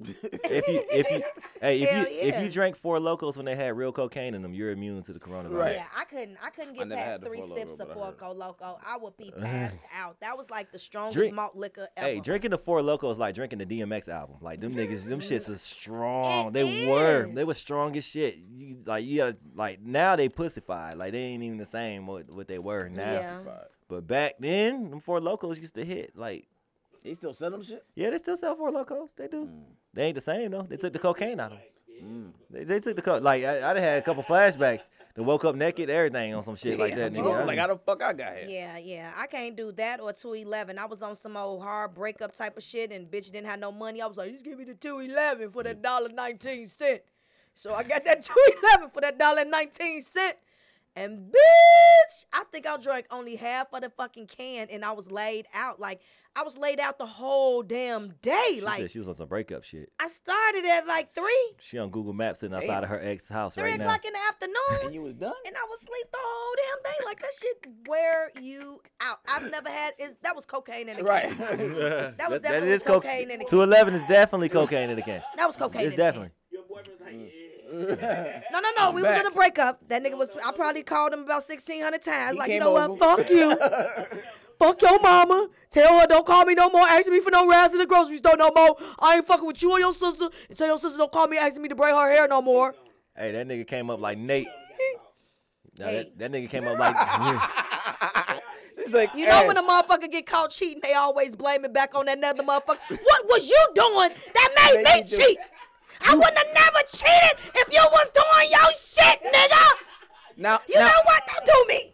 If you, if you, hey, if Hell you, if yeah. you drank four locos when they had real cocaine in them, you're immune to the coronavirus. Right. Yeah, I couldn't. I couldn't get never past had the three Four Loko, sips of but I Four heard. Loco. I would be passed out. That was like the strongest Drink- malt liquor ever. Hey, drinking the four locos like drinking the DMX album. Like them niggas, them shits is strong. It they were. is. They were strong as shit. You like you gotta like now they pussified. Like they ain't even the same what, what they were now. Yeah. But back then, them four locos used to hit. Like, They still sell them shit. yeah, they still sell four locos. They do. They ain't the same though. They took the cocaine out of them. They, they took the co- like I, I done had a couple flashbacks. They woke up naked, everything on some shit Oh, like that. Yeah, Nigga. bro, I Like mean- how the fuck I got here? Yeah, yeah. I can't do that or 211. I was on some old hard breakup type of shit and bitch didn't have no money. I was like, just give me the 211 for that dollar 19 cent. So I got that two eleven for that dollar and nineteen cent. And bitch, I think I drank only half of the fucking can, and I was laid out. Like I was laid out the whole damn day. She like said she was on some breakup shit. I started at like three, She on Google Maps sitting outside of her ex's house three right now. o'clock in the afternoon. And you was done? and I was asleep the whole damn thing. Like that shit wear you out. I've never had is that was cocaine in the Right. can. that was that definitely is coke- cocaine in the- 211 is definitely cocaine in the can. That was cocaine. It's in the can. definitely. Your boyfriend's like, yeah. No, no, no. we back. was in a breakup. That nigga was. I probably called him about sixteen hundred times. He like you came know what? over. Fuck you. Fuck your mama. Tell her don't call me no more. Ask me for no rides in the grocery store no more. I ain't fucking with you or your sister. And tell your sister don't call me asking me to braid her hair no more. Hey, that nigga came up like Nate. Nah, Hey. that, that nigga came up like It's like You know hey, when a motherfucker get caught cheating, they always blame it back on that another motherfucker. What was you doing that made Made me you do- cheat? I wouldn't have never cheated if you was doing your shit, nigga. now You now, know what? Don't do me.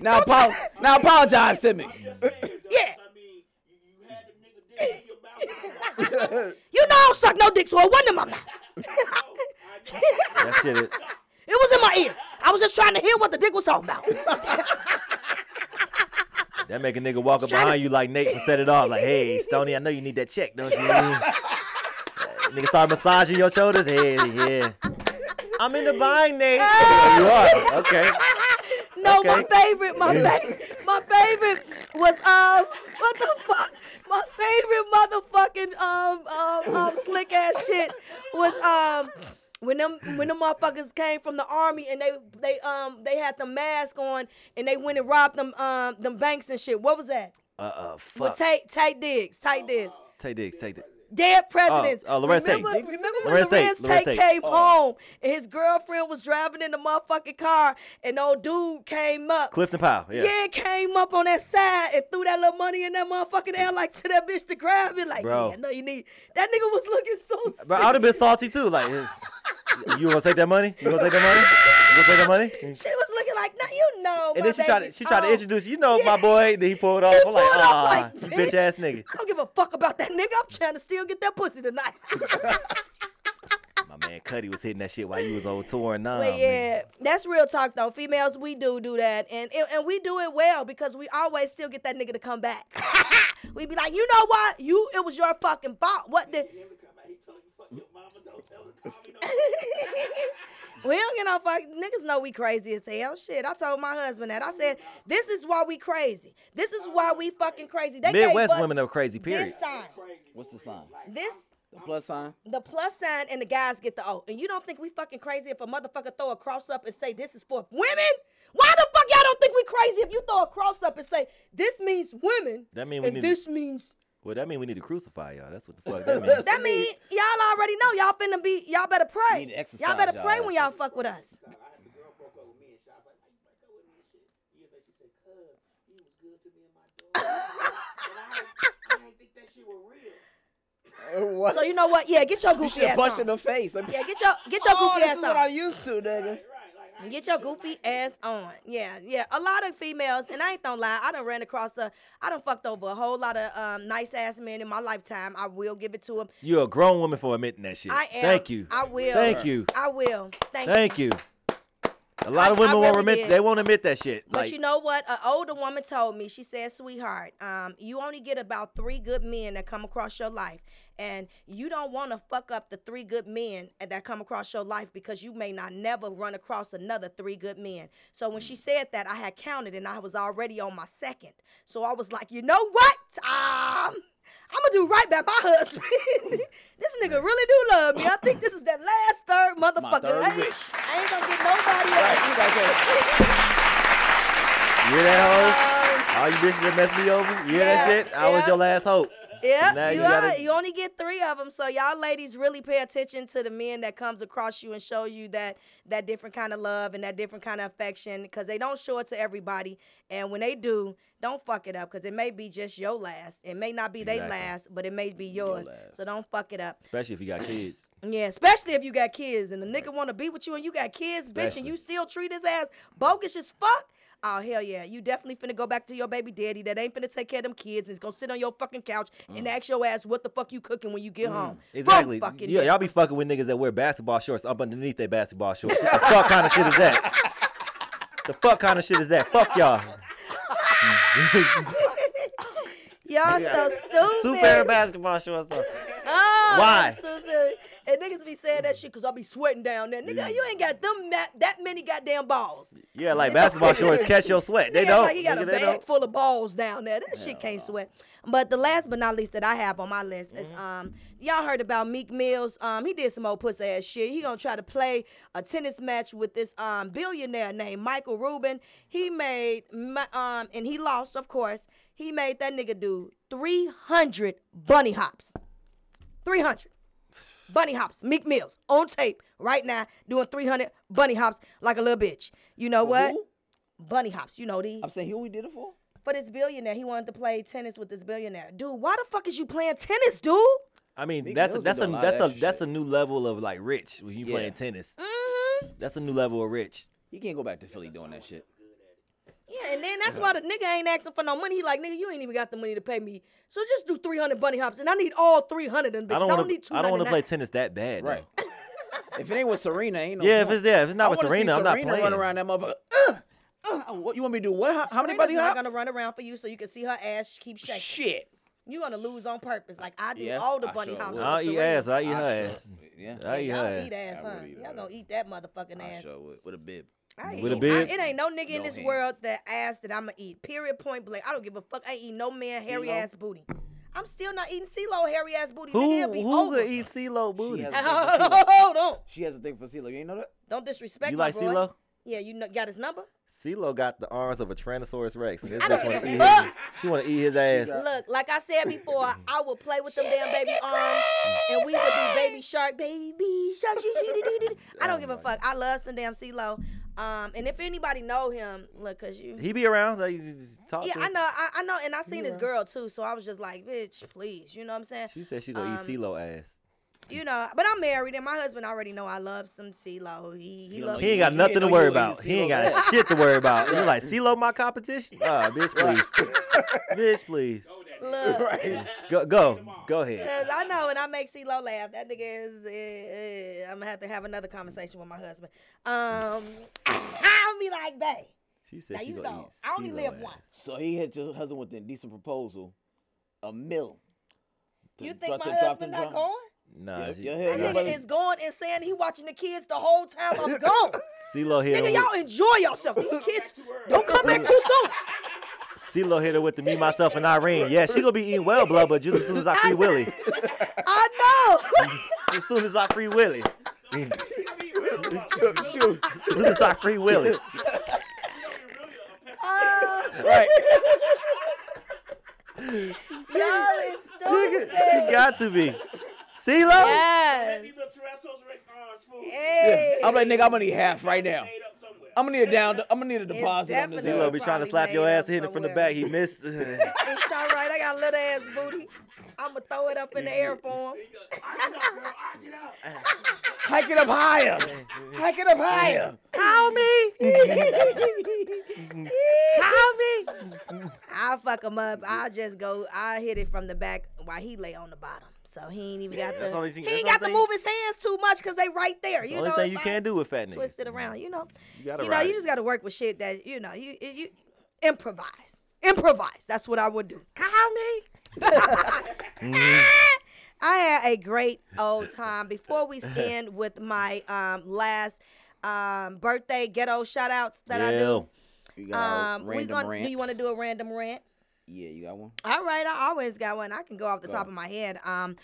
now, apo- now apologize to me. Yeah. I mean, you, you had the nigga dick in your mouth. You know I don't suck no dick, so it wasn't in my mouth. that shit. Is, It was in my ear. I was just trying to hear what the dick was talking about. that make a nigga walk up Tryna behind s- you like Nate and set it off. Like, hey, Stony, I know you need that check, don't you? nigga start massaging your shoulders. Hey, yeah. I'm in the bind, Nate. you Oh, are okay. No, my Okay. favorite, my favorite, my favorite was um, what the fuck? My favorite motherfucking um um um slick ass shit was um. When them when them motherfuckers came from the army and they they um they had the mask on and they went and robbed them um them banks and shit. What was that? Uh, uh, fuck. With Tate Tate Diggs, Tate Diggs. Take Diggs, take Diggs. dead presidents. oh, Lawrence Tate. remember, Dixie? remember when Lawrence Lawrence, Tate, Lawrence Tate, Tate. came home and his girlfriend was driving in the motherfucking car and old dude came up. Clifton Powell. Yeah. yeah. came up on that side and threw that little money in that motherfucking air like to that bitch to grab it. Like, Bro. yeah, no, you need. That nigga was looking so. But I would have been salty too. Like, it's- you gonna take that money? You gonna take that money? You gonna take that money? She was looking like, now you know. And my then she tried to baby's she tried to home. introduce you know Yeah. my boy. Then he pulled off. I'm like, pulled off ah, like, bitch bitch." ass nigga. I don't give a fuck about that nigga. I'm trying to still get that pussy tonight. My man Cuddy was hitting that shit while you was on tour and nah. But man. yeah, that's real talk though. Females, we do do that, and and- and we do it well because we always still get that nigga to come back. we be like, you know what? You it was your fucking fault. What the? we don't get no fuck. Niggas know we crazy as hell. Shit, I told my husband that. I said, this is why we crazy. This is why we fucking crazy. They gave Midwest us women are crazy. Period. This sign, What's the sign? this The plus sign? the plus sign and the guys get the O. And you don't think we fucking crazy if a motherfucker throw a cross up and say this is for women? Why the fuck y'all don't think we crazy if you throw a cross up and say this means women? That mean we and need. this means well, that mean we need to crucify y'all. That's what the fuck that means. that mean y'all already know y'all finna be y'all better pray. Need to exercise Y'all better y'all pray when y'all asses. fuck with us. What? uh, So you know what? Yeah, get your goofy should ass punch in on. the face. Like, Yeah, get your get your oh, goofy this ass is on. what I used to, nigga. Get your goofy ass on. Yeah, yeah. A lot of females, and I ain't gonna lie, I done ran across a, I done fucked over a whole lot of um, nice ass men in my lifetime. I will give it to them. You're a grown woman for admitting that shit. I am. Thank you. I will. Thank you. I will. Thank, you. Thank you. A lot of I- I women won't really admit. did. They won't admit that shit. But like, you know what? An older woman told me, she said, sweetheart, um, you only get about three good men that come across your life. And you don't want to fuck up the three good men that come across your life because you may not never run across another three good men. So when Mm. she said that, I had counted and I was already on my second. So I was like, you know what? Um, I'm gonna do right by my husband. this nigga really do love me. I think this is that last third motherfucker. third I, ain't, wish. I ain't gonna get nobody else. Right, you got that. you hear that hoe? All you bitches that messed me over. You hear that Yeah, shit? I was yeah. your last hope. Now Yeah, you you, gotta- are. You only get three of them, so y'all ladies really pay attention to the men that comes across you and show you that that different kind of love and that different kind of affection, because they don't show it to everybody. And when they do, don't fuck it up, because it may be just your last. It may not be they Exactly. last, but it may be yours. last. so don't fuck it up. Especially if you got kids. Yeah, especially if you got kids and the nigga want to be with you and you got kids, bitch, and Especially. you still treat his ass bogus as fuck. Oh hell yeah! You definitely finna go back to your baby daddy that ain't finna take care of them kids and is gonna sit on your fucking couch and ask your ass what the fuck you cooking when you get home. From Mm. Exactly. Fucking Yeah, nigga. y'all be fucking with niggas that wear basketball shorts up underneath their basketball shorts. What the fuck kind of shit is that? The fuck kind of shit is that? Fuck y'all. Y'all so stupid. Two pair of basketball shorts. up. Oh, Why? that's too soon. And niggas be saying that shit because I be sweating down there. Nigga, you ain't Mm. got them that, that many goddamn balls. Yeah, like basketball shorts catch your sweat. They Nigga, don't. Like he got Nigga, a they bag don't. full of balls down there. That shit can't sweat. But the last but not least that I have on my list is um y'all heard about Meek Mills. Um he did some old pussy ass shit. He gonna try to play a tennis match with this um billionaire named Michael Rubin. He made my, um and he lost, of course. He made that nigga do three hundred bunny hops. Three hundred. Bunny hops, Meek Mills on tape right now doing 300 bunny hops like a little bitch. You know what? Who? Bunny hops, you know these I'm saying who we did it for? for this billionaire. He wanted to play tennis with this billionaire. Dude, why the fuck is you playing tennis, dude? I mean, Meek that's a, Mill's that's a been doing a lot that's of a extra that's shit. a new level of like rich when you Yeah. playing tennis. Mm-hmm. That's a new level of rich. He can't go back to Philly doing that shit. Yeah, and then that's why the nigga ain't asking for no money. He like, nigga, you ain't even got the money to pay me. So just do 300 bunny hops, and I need all 300 of them, bitch. I don't want need to. 299. I don't want to play tennis that bad. though. Right. if it ain't with Serena, ain't no Yeah, if point. it's yeah, if it's not I with wanna see Serena, I'm not Serena playing. Run around that motherfucker. Uh, uh, what you want me to do? What? How, how many Serena's buddy not hops? gonna run around for you so you can see her ass keep shaking. Shit. You gonna lose on purpose, like I do Yes, all the I bunny sure hops. would. with I'll eat Serena. ass. I'll eat I her sure ass. would, Yeah. I'll eat Yeah, her Y'all ass. eat ass, I huh? would eat Y'all ass. gonna eat that motherfucking I ass. sure would. With a bib. I ain't With a eat- bib? I- it ain't no nigga in No this hands. world that ass that I'ma eat. Period. Point blank. I don't give a fuck. I ain't eating no man hairy CeeLo? ass booty. I'm still not eating CeeLo hairy ass booty. Nigga, Who it'll be who over. could eat CeeLo She booty? has- Hold on. She has a thing for CeeLo. You ain't know that? Don't disrespect You my like boy. CeeLo? Yeah, you kn- got his number. CeeLo got the arms of a Tyrannosaurus Rex. And this I don't bitch want give to a eat his. fuck. She want to eat his ass. got- Look, like I said before, I would play with them damn baby arms, and we would do baby shark, baby shark. shoo, shoo, doo, doo, doo, doo. I don't give a fuck. I love some damn CeeLo. Um, and if anybody know him, look, cause you. He be around. Like, you just talk Yeah, to I him. know, I, I know, and I seen this girl too, so I was just like, bitch, please, you know what I'm saying? She said she gonna Um, eat CeeLo ass. You know, but I'm married, and my husband already know I love some CeeLo. He he don't loves. know He Oh, you ain't got he nothing ain't to know worry you gonna eat about. He ain't CeeLo got ass. shit to worry about. You like CeeLo my competition? Ah, bitch, please, bitch, please. Look, Go go go ahead. Cause I know, and I make CeeLo laugh. That nigga is. eh, eh, I'm gonna have to have another conversation with my husband. Um, I'll be like, babe, She said now she you gonna know, eat. I only CeeLo live ass. once. So he hit your husband with a decent proposal, a mill. to You drop think my the- drop the husband not drum. going? Nah, Yeah, she, yeah, That yeah. nah. nigga is going and saying he watching the kids the whole time I'm gone. CeeLo hit nigga, her. y'all with- enjoy yourself. These kids don't come back too soon. CeeLo hit her with the me, myself, and Irene. Yeah, she gonna be eating well, blubber, just as soon as I free Willie. I know. As soon as I free Willie. Shoot. As soon as I free Willie. Oh, Right. y'all is Nigga, stupid. you got to be. CeeLo? Yes. These little Tyrannosaurus Rex arms, fool. Hey. I'm like, nigga, I'm gonna need half right now. Made up somewhere. I'm gonna need a down. I'm gonna need a deposit on this. definitely- CeeLo ass. be trying to Probably slap your made ass, up hit it from the somewhere. back. He missed. It's all right. I got a little ass booty. I'ma throw it up in the air for him. Hike it up higher. Hike it up higher. Call me. Call me. I'll fuck him up. I'll just go. I'll hit it from the back while he lay on the bottom. So he ain't even got that's the. only thing- he ain't that's got to only move his hands too much because they right there. you Only know, thing if you I can do with fat Twist niggas. it around. You know. You gotta you know, ride you it. just got to work with shit that you know. You you improvise. Improvise. That's what I would do. Call me. Mm-hmm. I had a great old time. Before we end with my um, last um, birthday ghetto shout outs that I do. You Um, we random gonna, do you rants. want to do a random rant? Yeah, you got one. All right, I always got one. I can go off the top of my head. Um,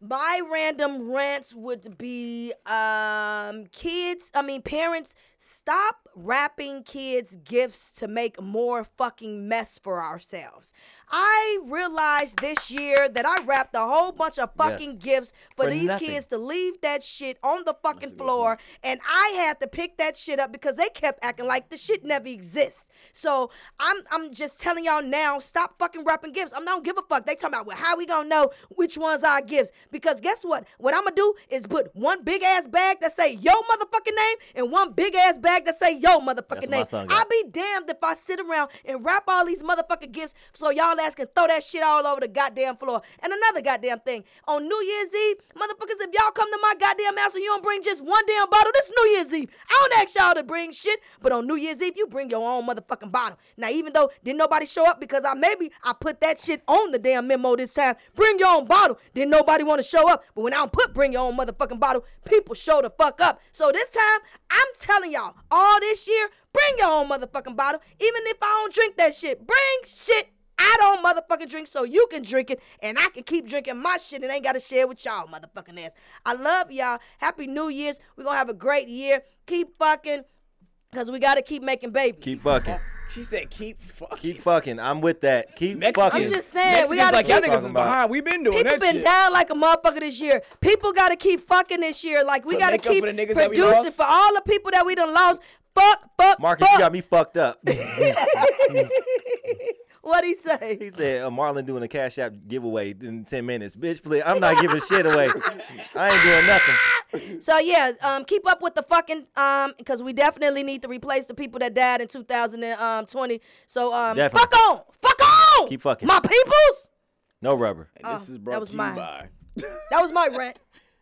my random rants would be um, kids, I mean, parents, stop wrapping kids' gifts to make more fucking mess for ourselves. I realized this year that I wrapped a whole bunch of fucking Yes. gifts for, For these nothing. kids to leave that shit on the fucking floor, and I had to pick that shit up because they kept acting like the shit never exists. So I'm I'm just telling y'all now, stop fucking wrapping gifts. I'm not give a fuck. They talking about well, how we gonna know which ones are gifts because guess what? What I'm gonna do is put one big ass bag that say yo motherfucking name and one big ass bag that say yo motherfucking what my name. son got. I be damned if I sit around and wrap all these motherfucking gifts so y'all ass can throw that shit all over the goddamn floor. And another goddamn thing. On New Year's Eve, motherfuckers, if y'all come to my goddamn house and you don't bring just one damn bottle, this New Year's Eve. I don't ask y'all to bring shit, but on New Year's Eve, you bring your own motherfucking bottle. Now, even though didn't nobody show up because I maybe I put that shit on the damn memo this time. Bring your own bottle. Didn't nobody want to show up. But when I don't put bring your own motherfucking bottle, people show the fuck up. So this time, I'm telling y'all, all this year, Bring your own motherfucking bottle. Even if I don't drink that shit, bring shit I don't motherfucking drink so you can drink it and I can keep drinking my shit and ain't got to share with y'all motherfucking ass. I love y'all. Happy New Year's. we going to have a great year. Keep fucking because we got to keep making babies. Keep fucking. She said, "Keep fucking." Keep fucking. I'm with that. Keep Mexicans- fucking. I'm just saying, we Mexicans got to like y'all keep. niggas is Talking about- behind. We been doing People that been shit. down like a motherfucker this year. People got to keep fucking this year. Like, we To got to make up keep for the niggas that we producing lost? for all the people that we done lost. Fuck, fuck, Marcus, fuck. you got me fucked up. What he say? he said, uh, Marlon doing a Cash App giveaway in 10 minutes. Bitch, please. I'm not giving shit away. I ain't doing nothing. So yeah, um, keep up with the fucking um, because we definitely need to replace the people that died in 2020. So um, Definitely. fuck on, fuck on, Keep fucking. my peoples. No rubber. And this Oh, is that brought was to you mine. by. That was my rant.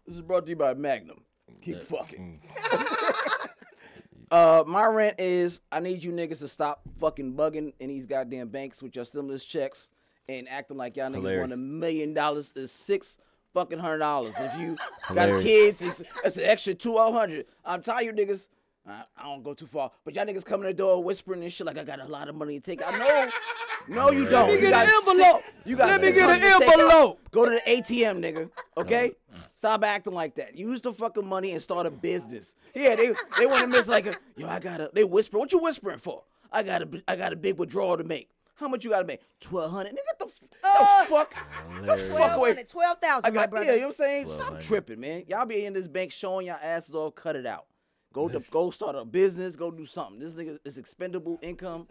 This is brought to you by Magnum. Keep fucking. Mm. uh, my rant is I need you niggas to stop fucking bugging in these goddamn banks with your stimulus checks and acting like y'all niggas Hilarious. want a million dollars is six fucking hundred dollars. If you got Hilarious. kids, it's, it's an extra two hundred. I'm tired, of you niggas. I, I don't go too far, but y'all niggas come in the door whispering and shit like I got a lot of money to take. I know. No, you don't. me you get got an six- envelope. you got Let me get an 600 to take out. envelope. Go to the ATM, nigga. Okay? Stop acting like that. Use the fucking money and start a business. Yeah, they they want to miss like a yo. I gotta. They whisper. What you whispering for? I got a I got a big withdrawal to make. How much you gotta make? Twelve hundred. Nigga, get the, f the fuck the fuck away. 1200, 12,000, I my got yeah. brother. You know what I'm saying? Stop 1,200. tripping, man. Y'all be in this bank showing your asses all. Cut it out. Go to go start a business. Go do something. This nigga is expendable income.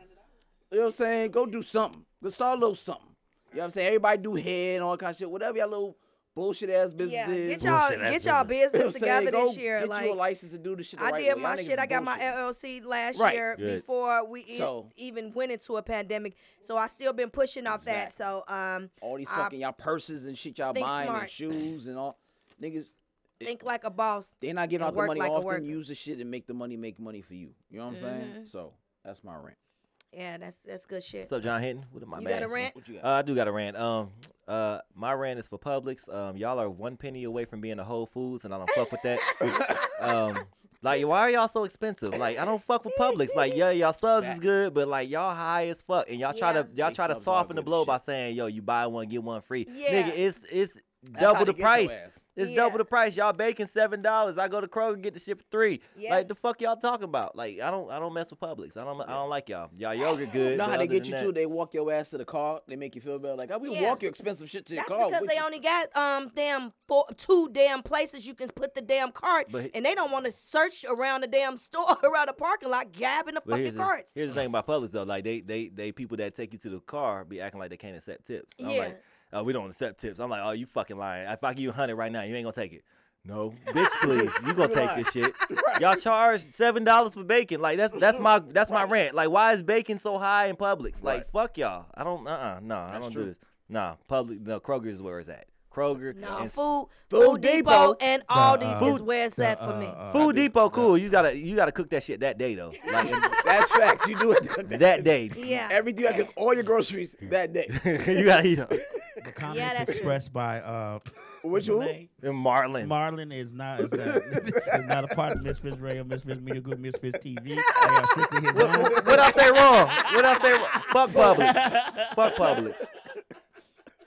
You know what I'm saying? Go do something. Let's start a little something. You know what I'm saying? Everybody do hair and all kind of shit. Whatever y'all little bullshit ass business Yeah, is. get y'all Bullshit, that's get y'all You know what business I'm saying? together Go this year. Get Like you a license to do the shit the I right did way. my Y'all niggas shit. I is got my uh, bullshit. LLC last Right. year Good. before we e- So- even went into a pandemic. So I still been pushing off that. So um, All these I fucking y'all purses and shit y'all think buying smart. and shoes and all. Niggas, think like a boss. they're not And giving out the work money like a often. worker. Mm-hmm. Use the shit and make the money make money for you. You know what I'm saying? So that's my rant. Yeah, that's that's good shit. What's up, John Hinton? What am I You bad? got a rant? What you got? Uh, I do got a rant. Um, uh, my rant is for Publix. Um, y'all are one penny away from being a Whole Foods, and I don't fuck with that. um, like, why are y'all so expensive? Like, I don't fuck with Publix. Like, yeah, y'all subs is Facts. good, but like, y'all high as fuck, and y'all try to Yeah. y'all They try to subs are soften the good as blow by shit. saying, yo, you buy one get one free. Yeah. Nigga, it's it's how they double the get your price. ass. It's Yeah. double the price. Y'all baking seven dollars. I go to Kroger get the shit for three. Yeah. Like the fuck y'all talking about? Like I don't I don't mess with Publix. I don't I don't like y'all. Y'all yogurt good. You know but how they other get than you that- too? They walk your ass to the car. They make you feel better. Like, I we Yeah. walk your expensive shit to your That's car. because with they you. only got um damn four, two damn places you can put the damn cart, But- and they don't want to search around the damn store, around the parking lot, grabbing the But fucking here's the, carts. here's the thing about Publix though, like they they they people that take you to the car be acting like they can't accept tips. I'm Yeah. like, oh, we don't accept tips. I'm like, oh, you fucking lying. If I give you a hundred right now, you ain't gonna take it. No, bitch, please, you gonna take this shit. Y'all charge seven dollars for bacon. Like that's that's my that's my rant. Like why is bacon so high in Publix? Like fuck y'all. I don't uh uh no, I don't do this. Nah, public no Kroger is where it's at. Kroger No, and food, Food food, Depot, Depot. and Aldi's Food- is where it's at for me. Food Depot, cool. You gotta you gotta cook that shit that day though. Like, That's facts. You do it that day. yeah, Everything I cook, all your groceries that day. you gotta eat 'em. The comments that's true. expressed by uh, Which one? Renee. And Marlin. Marlon is not is not, is not a part of Misfits Radio, Misfits Media Group, Misfits TV. I am strictly his own. what I say wrong? What I say wrong? Fuck Publix. Fuck Publix.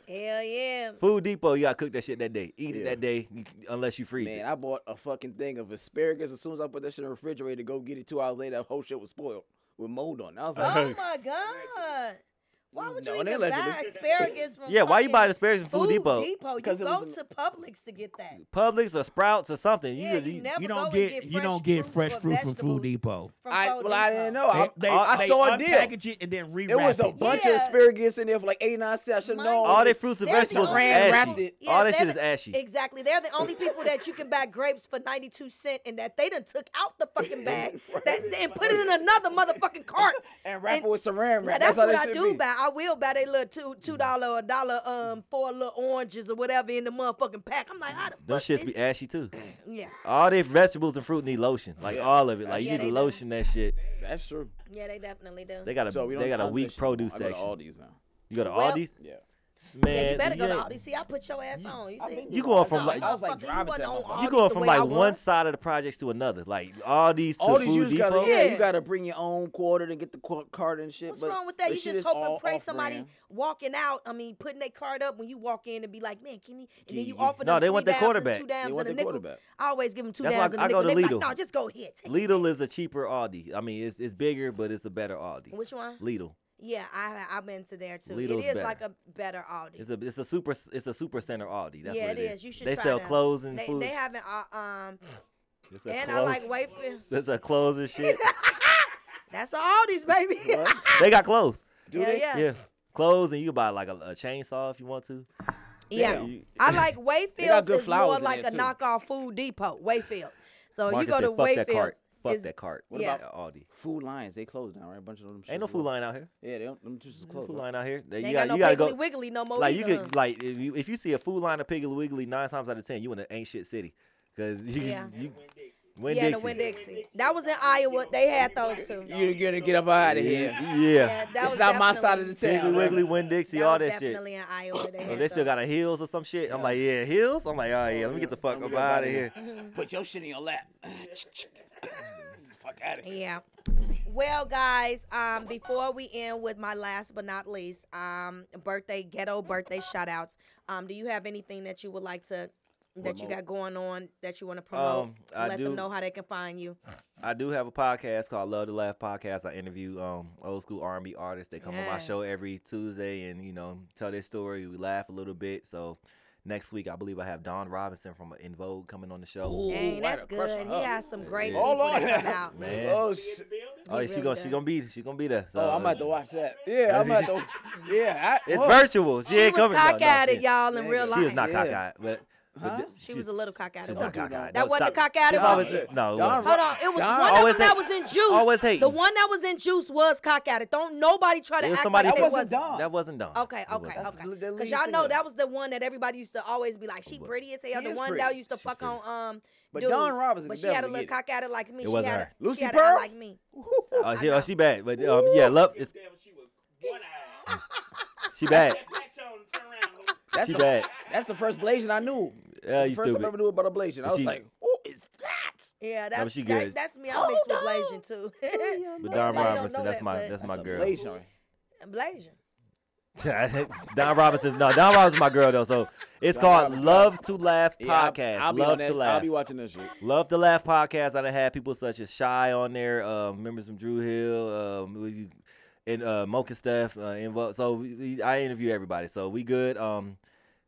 hell yeah. Food Depot, you gotta cook that shit that day. Eat it Yeah. that day, you- unless you freeze Man, it. I bought a fucking thing of asparagus. As soon as I put that shit in the refrigerator, to go get it two hours later, that whole shit was spoiled with mold on. it. I was like, Oh my Oh god. Why would you No, it ain't even buy legendary. asparagus from Yeah, why you buy fucking asparagus from Food Depot? You 'Cause it go was to Publix to get that. Publix or Sprouts or something. Yeah, you, you never You go don't and get, you fresh don't get fresh or fruit from Food vegetables Depot. from I Food well, I Depot. didn't Oh, know. I, They- they- uh, I they saw a deal. Unpackage it and then rewrap It was a it. bunch of Yeah. asparagus in there for like 89 cents. I should have Mine- known. all All their this. fruits and They're the vegetables is only- Brand-wrapped ashy. it. Yeah, all that they're shit is the- ashy. Exactly. They're the only people that you can buy grapes for 92 cent and that they done took out the fucking bag that, and put it in another motherfucking cart. And wrap it And- with some ram Now, wrap. that's, how what that I should do be. buy. I will buy they little two two dollar or dollar um four little oranges or whatever in the motherfucking pack. I'm like, how the Those fuck this- shits be ashy too. Yeah. All their vegetables and fruit need lotion. Like all of it. Like Yeah, you need they to do. lotion that shit. That's true. Yeah, they definitely do. They got a So we don't they got a I'll weak just- I go to produce section. Aldi's now. You go to Well- Aldi's? Yeah. Man, yeah, you better go to ain't- Aldi. See, I put your ass on. You I've see? been You to going Aldi's. from I like- was Motherfucker, like you driving wasn't to on that motherfucker. Aldi You going the from way I like was. one side of the projects to another. Like Aldi's to All these you Food just gotta, Depot. yeah, Yeah. you gotta bring your own quarter to get the qu- card and shit. What's but, wrong with that? but You shit just is hope and all pray off somebody brand. walking out. I mean, putting their card up when you walk in and be like, man, can you? And then you Gee, offer them No, they three want their dimes and quarterback. Two They dimes and want a their nickel. quarterback. I always give them two That's why dimes and I a nickel. go to They be like, Lidl. no, just go here. Take it. Lidl is a cheaper Aldi. I mean, it's it's bigger, but it's a better Aldi. Which one? Lidl. Yeah, I I've been to there too. it Lidl's is better. like a better Aldi. It's a it's a super it's a super center Aldi. That's yeah, what it is. You should. They try sell them. clothes and they, food. They have an uh, um, It's a and I clothes- like Wayfield. It's a clothes and shit. That's all these baby. yeah, they got clothes. Do they? yeah, Yeah, clothes, and you can buy like a, a chainsaw if you want to. yeah. You- I like Wayfield good is more flowers in like there, a too. knockoff Food Depot. Wayfield. So Marcus Oh, you go said, to Fuck that Wayfield. cart. Fuck is- that cart. What yeah. about- At Aldi? Food lines, they closed now, right? A bunch of them. Ain't shits no is food lo- line out here. Yeah, they don't, them just is Food closed. line out here. They- They you ain't got, got, no you gotta Piggly go. Wiggly no more. like you either, huh? could like if you if you see a food line of Piggly Wiggly nine times out of ten you in an ain't shit city because you Yeah. you yeah, the Winn Dixie. That was in Iowa. They had those too. You gotta get up out of here. yeah, Yeah, yeah. that It's was not my side of definitely- the Piggly town. Wiggly Winn Dixie that all was that shit. definitely in Iowa. They, Oh, had they still those. got a heels or some shit. I'm like, yeah, heels. I'm like, all right, yeah, let me get the fuck Let up me get up out outta of here. Mm-hmm. Put your shit in your lap. Fuck out of here. Yeah. Well, guys, um, before we end with my last but not least, um, birthday ghetto birthday shout outs. Um, do you have anything that you would like to that you Promote. got going on that you want to promote? Um, I Let do. them know how they can find you. I do have a podcast called Love to Laugh Podcast. I interview um old school R and B artists. They come on my show Yes. every Tuesday and you know tell their story. We laugh a little bit. So next week I believe I have Don Robinson from uh, In Vogue coming on the show. Ooh, Dang, why that's the pressure good. He up? has some great Yeah. people Hold on. that come out. Man. Oh shit. oh, yeah, really she gonna she does. gonna be she gonna be there. So Oh, I'm about to watch that. Yeah, I'm about to. Yeah, I, It's oh, virtual. She, She ain't was coming. No, no, cockeyed, she- y'all, in real She life. was not Yeah. cockeyed, but, but Huh? th- She was a little cockeyed. She's Don't not do that. cockeyed. That No, wasn't stop. cockeyed It's at always- all. No, it Don wasn't. Hold on, it was Don- one of Always them that hate- was in juice. always hating. The one that was in juice was cockeyed. Don't nobody try to It was act somebody like That from- it wasn't was. Don. That wasn't Don. Okay, It Oh, okay, wasn't. okay. the- the Because lead y'all know singer. that was the one that everybody used to always be like, she What? pretty as hell. She the is one pretty. that used to She's fuck pretty. on um. But dude, Don Robinson But could she had a definitely little get it. cock at it like me. It she wasn't had her. A, Lucy she had a Pearl? eye like me. So, Oh, I she, oh, know. she bad, but um, yeah, love. It's, Damn, she was one eye. she bad. Step back, y'all, and turn around. That's she the, bad. That's the first blazing I knew. Yeah, That's the first you time I stupid. ever knew about a blazing. I But was she- like, who is that? Yeah, but that's she that- good. that's me. Oh, I'm mixed with Blasian too. But Don Everybody don't Robinson, know that's that, my but- that's my a girl. Blazing. Blasian. Don Robinson, no, Don Robinson's my girl though. So it's Don called Robinson's Love to Laugh Yeah, I'll- podcast. I'll, be on Love that. to I'll laugh. be watching this shit. Love to laugh podcast. I done had people such as Shy on there, uh, members from Drew Hill, um, we- and uh, Mocha Steph. Uh, invo- so we, we- I interview everybody. So we good. Um,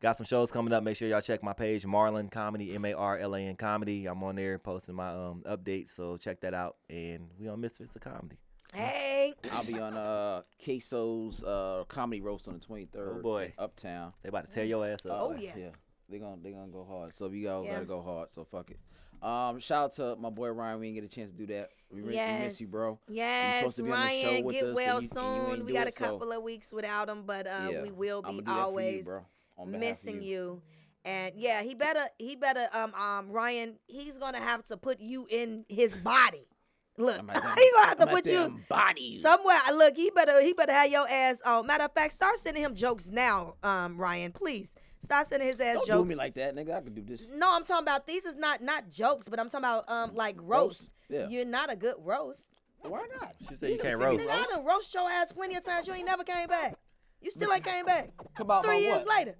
got some shows coming up. Make sure y'all check my page, Marlon Comedy, M A R L A N Comedy. I'm on there posting my um, updates. So check that out. And we on Misfits of Comedy. Hey, I'll be on uh Queso's uh comedy roast on the 23rd. Oh, boy. in Uptown. Uh, They about to tear your ass up. Oh, yeah. yes. They gonna they gonna go hard. So you gotta, Yeah. gotta go hard. So fuck it. Um, shout out to my boy Ryan. We didn't get a chance to do that. We, re- we miss you, Yes. bro. supposed yes, to be on the show Ryan, with us get and well you- and you soon. ain't we do got it, a couple so- of weeks without him, but uh, Yeah. we will I'ma be do that for you, always bro, on behalf of missing you. you. And yeah, he better he better um um Ryan, he's gonna have to put you in his body. Look, he I'm gonna like, have to I'm like, put you "Damn bodies. somewhere. Uh, Look, he better he better have your ass. Oh, matter of fact, start sending him jokes now, um Ryan. Please start sending his ass Don't jokes. do me like that, nigga. I can do this. no, I'm talking about these is not not jokes, but I'm talking about um like roast. Roast? Yeah. You're not a good roast. Why not? She said you gonna see can't me roast. Nigga, I done roast your ass plenty of times. You ain't never came back. You still ain't came back. Come out Three about years what? later.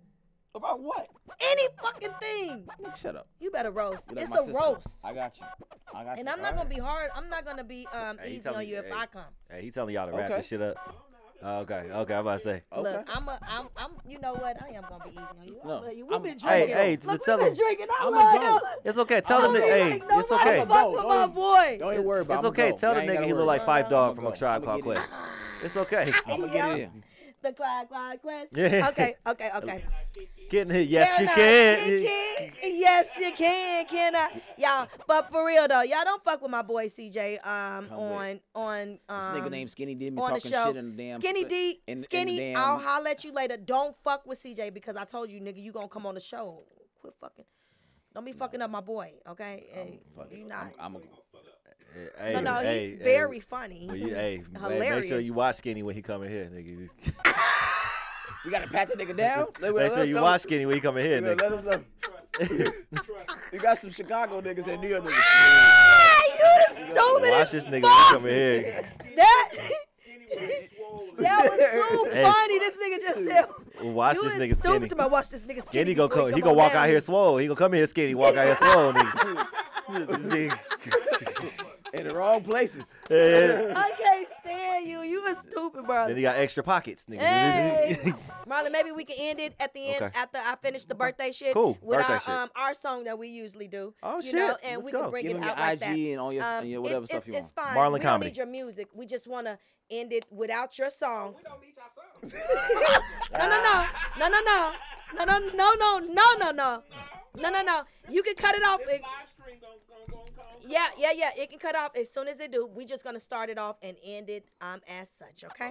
About what? Any fucking thing. Nigga, Shut up. You better roast. You like It's my a sister. roast. I got you. I got you. And I'm All not gonna right. be hard. I'm not gonna be um Hey, he easy told on me- you if hey. I come. Hey, he telling y'all to wrap Okay. this shit up. Okay, okay, I'm about to say. Okay. Look, I'm a, I'm, I'm, you know what? I am gonna be easy on you. I No, love you. We've I'm- been Hey, drinking. hey, Look, we've tell been him. drinking. I I'm a love dog. you. It's okay. Tell Don't him that. be Hey, like it's nobody okay. I'm a dog. Fuck with my Don't- boy. Don't even worry about It's it. okay. Tell the the nigga he look like Five Dog from a Tribe Called Quest. It's okay. I'm gonna Yeah. get in. The Clyde Clyde Quest. Yeah. Okay, okay, okay. Getting hit. Yes, you I can. kick it? Yes, you can. Can I? Y'all, but for real though, y'all don't fuck with my boy CJ. Um, on on um. This nigga named Skinny did me on the talking show, shit in the damn Skinny D, in- in the Skinny, damn- I'll holler at you later. Don't fuck with CJ because I told you, nigga, you gonna come on the show. Quit fucking. Don't be fucking up my boy, okay? Hey, you not. I'm a, Hey, no, no, hey, he's hey. very funny. Well, He's you- hey, ma- hilarious. make sure you watch Skinny when he coming here, nigga. we gotta pat the nigga down. Let, Make let sure us you know. watch Skinny when he coming here, Let, let nigga. us know. You got some Chicago niggas and New York niggas. Ah, you is stupid Watch as this nigga when he fuck. coming here. That, swole. that was too Hey. funny. This nigga just said, Watch you this is nigga stupid Skinny. to my watch this nigga skinny. Skinny go before come. come He go on walk down out here here. swole. He gonna come here skinny. Walk out here swole, nigga. Nigga. in the wrong places. Yeah. I can't stand you. You a stupid, bro. Then he got extra pockets, nigga. Hey, Marlon, maybe we can end it at the end Okay. after I finish the birthday shit Cool, with birthday our shit. um our song that we usually do. Oh, you shit. Know, and Let's we go. can bring Give it him out your like IG that. and all your, Um, and your it's- whatever it's, stuff you it's want. fine. Marlon we Comedy. don't need your music. We just want to end it without your song. no, no, no, no, no, no, no, no, no, no, no, no, no, no, no, no. You can cut it off. It- yeah, yeah, yeah. It can cut off as soon as it do. We just gonna start it off and end it um as such, okay?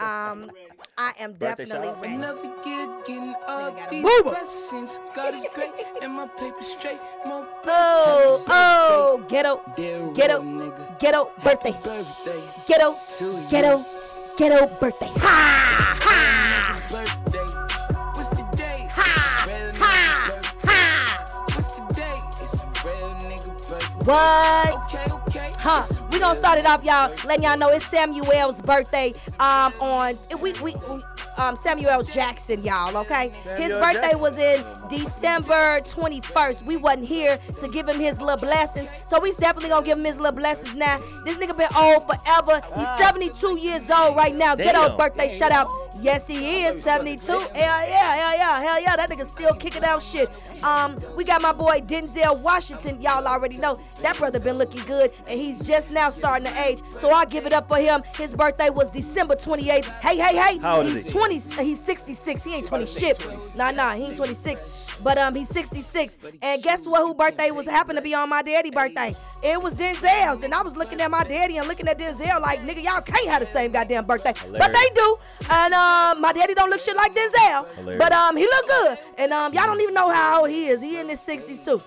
Um, I am Birthday definitely shout-outs? ready. Never get getting all got these Booba. blessings. God is great and my paper straight. My Oh, blessings. oh, ghetto, Dear Ghetto. real nigga. ghetto birthday, Birthday ghetto, to you. ghetto, ghetto birthday. Ha, ha, Birthday. What's the day? ha, Real nigga ha, birthday. ha. What's the day? It's a real nigga birthday. What? Okay, okay. Huh. It's a We gonna real start it off, y'all. nigga Letting y'all know it's Samuel's birthday. Um, on we we um Samuel Jackson, y'all. Okay, his Samuel birthday Jackson. was in December 21st. We wasn't here to give him his little blessings, so we definitely gonna give him his little blessings now. This nigga been old forever. He's 72 years old right now. Get Ah. Damn. old birthday shout out. Yes, he is 72. Hell yeah, hell yeah, hell yeah. That nigga still kicking out shit. Um, we got my boy Denzel Washington. Y'all already know that brother been looking good, and he's just now starting to age. So I give it up for him. His birthday was December 28th. Hey, hey, hey. How old is he's he? 20. He's 66. He ain't 20 shit. Nah, nah. He ain't 26. But um, he's 66. And guess what? Who birthday was happened to be on my daddy birthday? It was Denzel's, and I was looking at my daddy and looking at Denzel like, nigga, y'all can't have the same goddamn birthday. But Hilarious. they do. And um, my daddy don't look shit like Denzel, Hilarious. but um, he look good. And um, y'all don't even know how old he is. He in his 62.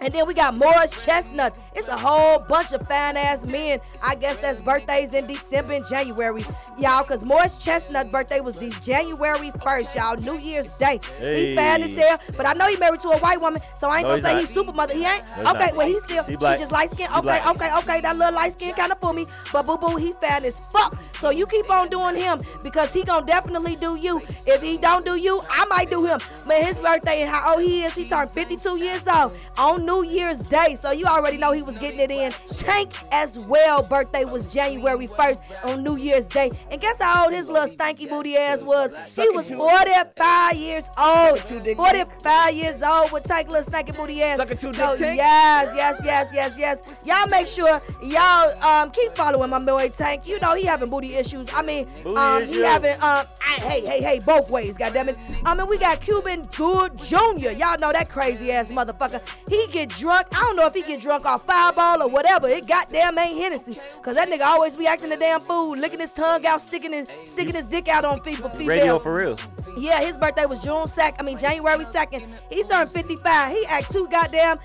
And then we got Morris Chestnut. It's a whole bunch of fine ass men. I guess that's birthdays in December and January, y'all. Cause Morris Chestnut birthday was the January 1st, y'all. New Year's Day. He fine as Hey. hell, but I know he married to a white woman, so I ain't No, gonna say he's he's super mother. He ain't. No, he's okay, not. well he's still. He She black. just light skin. He Okay, black. okay, okay. That little light skin kind of fool me, but boo boo, he fat as fuck. So you keep on doing him because he gonna definitely do you. If he don't do you, I might do him. Man, his birthday and how old he is, he turned 52 years old on New Year's Day. So you already know he was getting it in. Tank as well. Birthday was January 1st on New Year's Day. And guess how old his little stanky booty ass was? He was 45 years old. 45 years old with Tank little stanky booty ass. Suck it to Dick So, Tank. yeah. Yes, yes, yes, yes, yes. Y'all make sure y'all um keep following my boy Tank. You know he having booty issues. I mean, Booty um he issues. having um I, hey hey hey both ways. goddammit. it. I mean we got Cuban Good Jr. Y'all know that crazy ass motherfucker. He get drunk. I don't know if he get drunk off fireball or whatever. It goddamn ain't Hennessy. Cause that nigga always be acting the damn fool, licking his tongue out, sticking his sticking his dick out on people. Radio females. for real. Yeah, his birthday was June 2nd. I mean, January 2nd. He turned 55. He act too goddamn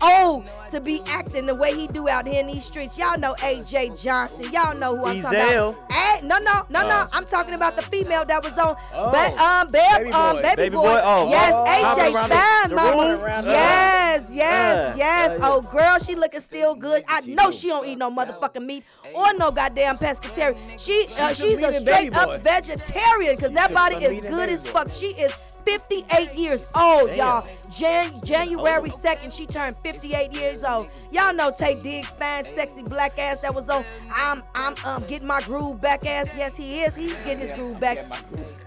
old to be acting the way he do out here in these streets. Y'all know AJ Johnson. Y'all know who I'm talking Ezell. about. Hey, no, no, no, no. Oh. I'm talking about the female that was on Oh. ba- um, ba- Baby um, Boy. baby, Baby boy. Boy, oh. Yes, Oh. AJ Hopping around the- Fine, the room. mama. Around the- Yes, yes, Uh, yes. uh, yeah. Oh, girl, she looking still good. I She know do. she don't eat no motherfucking meat or no goddamn pescatarian. She, uh, She's a she's meat a and baby straight up boy. vegetarian because that She's body a is meat and good baby as boy. fuck. She is 58 years old, y'all. Jan- January 2nd, she turned 58 years old. Y'all know Tay Diggs, fine, sexy black ass that was on. I'm, I'm, um, getting my groove back ass. Yes, he is. He's getting his groove back.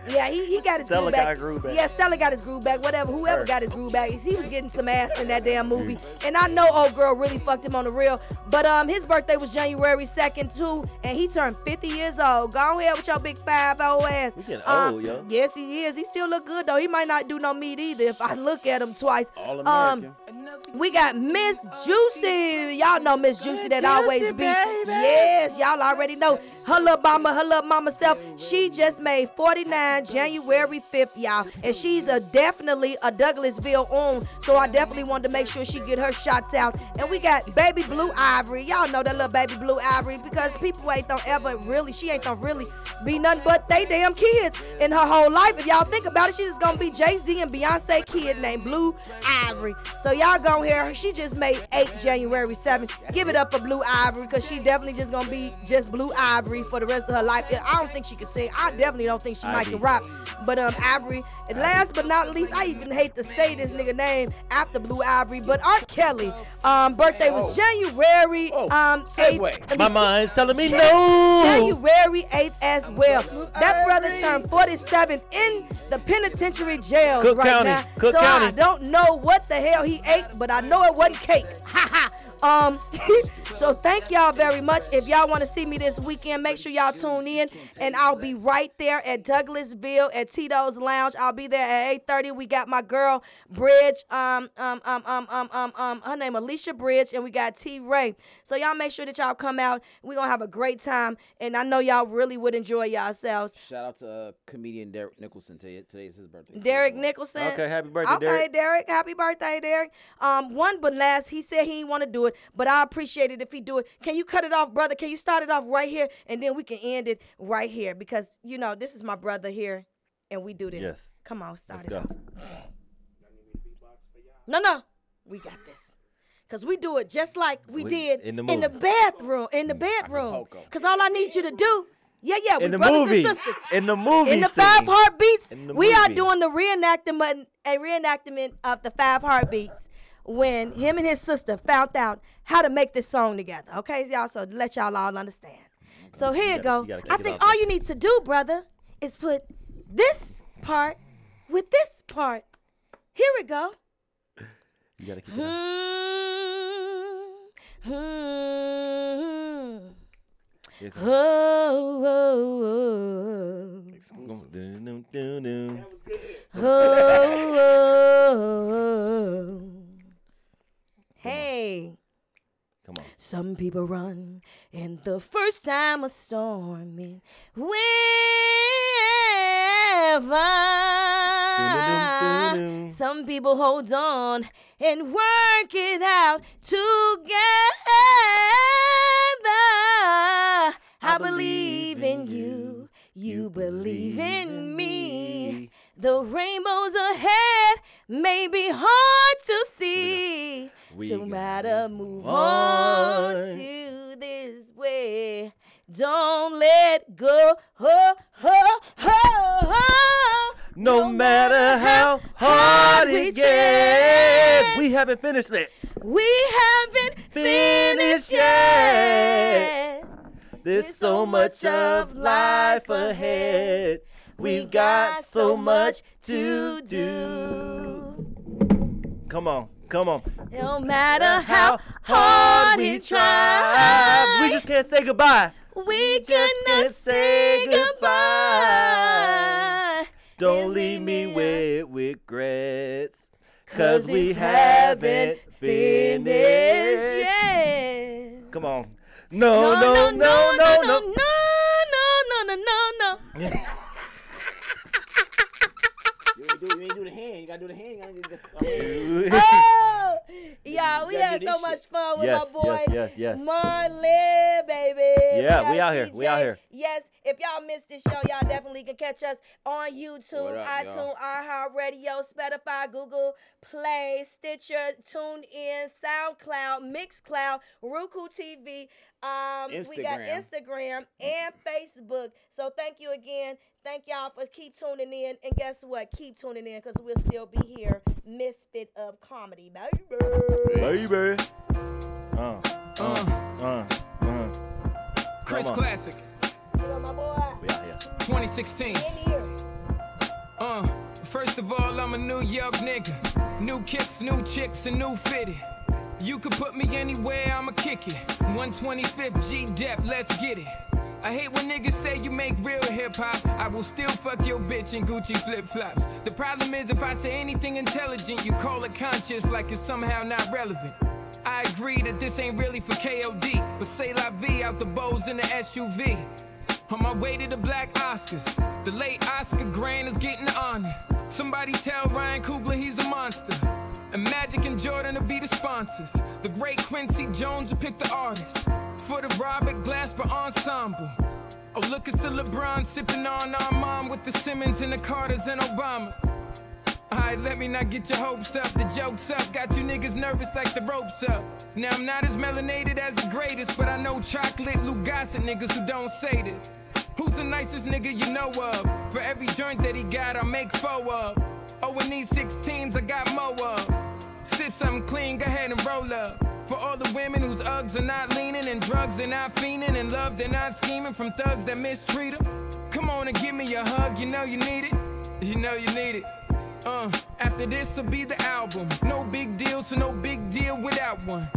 Yeah, he, he got his Stella got groove back. her groove back. Yeah, Stella got his groove back. Whatever, whoever got his groove back, he was getting some ass in that damn Mm-hmm. movie. And I know old girl really fucked him on the real. But um, his birthday was January second too, and he turned 50 years old. Go ahead with your big five old ass. We getting Um, old, yo. Yes, he is. He still look good though. He might not do no meat either if I look at him twice. All Um, American. we got Miss Juicy. Y'all know Miss Juicy that always be. Yes, y'all already know. Her little mama, her little mama self. She just made 49 January 5th, y'all. And she's a definitely a Douglasville own. So I definitely wanted to make sure she get her shots out. And we got baby blue ivory. Y'all know that little baby blue ivory because people ain't don't ever really, she ain't don't really be nothing but they damn kids in her whole life. If y'all think about it, she's just gonna be Jay Z and Beyonce kid named Blue Ivory. So y'all gonna hear her. She just made eight January 7th. Give it up for Blue Ivory because she definitely just gonna be just Blue Ivory for the rest of her life. And I don't think she can sing. I definitely don't think she might can rap. But um Ivory. And last but not least, I even hate to say this nigga name after Blue Ivory, but R. Kelly, um birthday was January Oh, um segue. 8th. My mind's telling me Jan- no. January 8th as well. That brother turned 47th in the penitentiary jail Cook right County, now. Cook so I County. don't know what the hell he ate, but I know it wasn't cake. Ha ha. Um, so thank y'all very much. If y'all want to see me this weekend, make sure y'all tune in, and I'll be right there at Douglasville at Tito's Lounge. I'll be there at 8:30. We got my girl Bridge, um, um, um, um, um, um, um, her name Alicia Bridge, and we got T Ray. So y'all make sure that y'all come out. We're gonna have a great time, and I know y'all really would enjoy yourselves. Shout out to uh, comedian Derek Nicholson. Today, today's his birthday. Derek Nicholson. Okay, happy birthday, Okay, Derek. Happy birthday, Derek. Um, one but last, he said he didn't want to do it, but I appreciate it if he do it. Can you cut it off, brother? Can you start it off right here, and then we can end it right here because you know this is my brother here, and we do this. Yes. Come on, start Let's it go. off. No, no, we got this. Cause we do it just like we, We- did in the in the movie. Mm. bathroom, in the bedroom. Acapulco. Cause all I need you to do, yeah, yeah, we In the brothers movie. and sisters. In the movie. In the scene. five heartbeats, In the we are movie. doing the reenactment a reenactment of the five heartbeats when him and his sister found out how to make this song together. Okay, y'all, so let y'all all understand. So here you gotta- go. you gotta I kick it think off all with- you need to do, brother, is put this part with this part. Here we go. You gotta keep it up. Hmm. Hmm. Here it Oh, oh, oh. comes. Dun-dun-dun-dun-dun. Oh, Hey, Come on. some people run in the first time a storm in wherever. Dun-dun-dun-dun-dun. Some people hold on and work it out together. I believe in you, you believe in me. The rainbows ahead may be hard to see. We to gotta matter, move on. on. to this way. Don't let go. Ho, ho, ho. No matter how hard we it gets, we haven't finished it. We haven't Finished finished yet. yet. There's so much of life ahead. We've got so much to do. Come on, come on. No matter how hard we try, we just can't say goodbye. we just cannot can't say say goodbye. goodbye. Don't And leave me with regrets. Cause Cause we it's haven't finished finished. yet. Come on. No, Oh, no, no, no, no, no. no, no, no, no, no. You ain't, do, you ain't do the hand. You gotta do the hand. You gotta do the- Oh, yeah, we gotta had do so this much shit. fun with Yes, my boy yes, yes, yes. Marley, baby. Yeah, we Yes, out here. We out DJ. here. Yes, if y'all missed this show, y'all definitely can catch us on YouTube, What up, iTunes, y'all? iHeartRadio, Spotify, Google Play, Stitcher, TuneIn, SoundCloud, Mixcloud, Roku TV. Um, We got Instagram. Mm. Instagram and Facebook. So thank you again. Thank y'all for keep tuning in. And guess what? Keep tuning in because we'll still be here. Misfit of comedy, baby. Baby. Uh, uh, uh, uh. Chris Come on. Classic, You know, my boy. We out here. 2016. In here. Uh, first of all, I'm a New York nigga. New kicks, new chicks, and new fitted. You can put me anywhere, I'ma kick it. 125th G Dep, let's get it. I hate when niggas say you make real hip hop. I will still fuck your bitch in Gucci flip flops. The problem is, if I say anything intelligent, you call it conscious like it's somehow not relevant. I agree that this ain't really for KOD, but say la vie out the bows in the SUV. On my way to the Black Oscars, the late Oscar Grant is getting honored. Somebody tell Ryan Coogler he's a monster. And Magic and Jordan will be the sponsors. The great Quincy Jones will pick the artist for the Robert Glasper ensemble. Oh, look, it's the LeBron sipping on Armand with the Simmons and the Carters and Obamas. Alright, let me not get your hopes up. The joke's up. Got you niggas nervous like the ropes up. Now I'm not as melanated as the greatest, but I know chocolate Lou Gossett niggas who don't say this. Who's the nicest nigga you know of? For every joint that he got, I make four of. Oh, and these 16s, I got more of. Sip something clean, go ahead and roll up. For all the women whose Uggs are not leaning and drugs they're not fiending and love they're not scheming from thugs that mistreat 'em. Come on and give me a hug, you know you need it. You know you need it. Uh, after this will be the album. No big deal, so no big deal without one.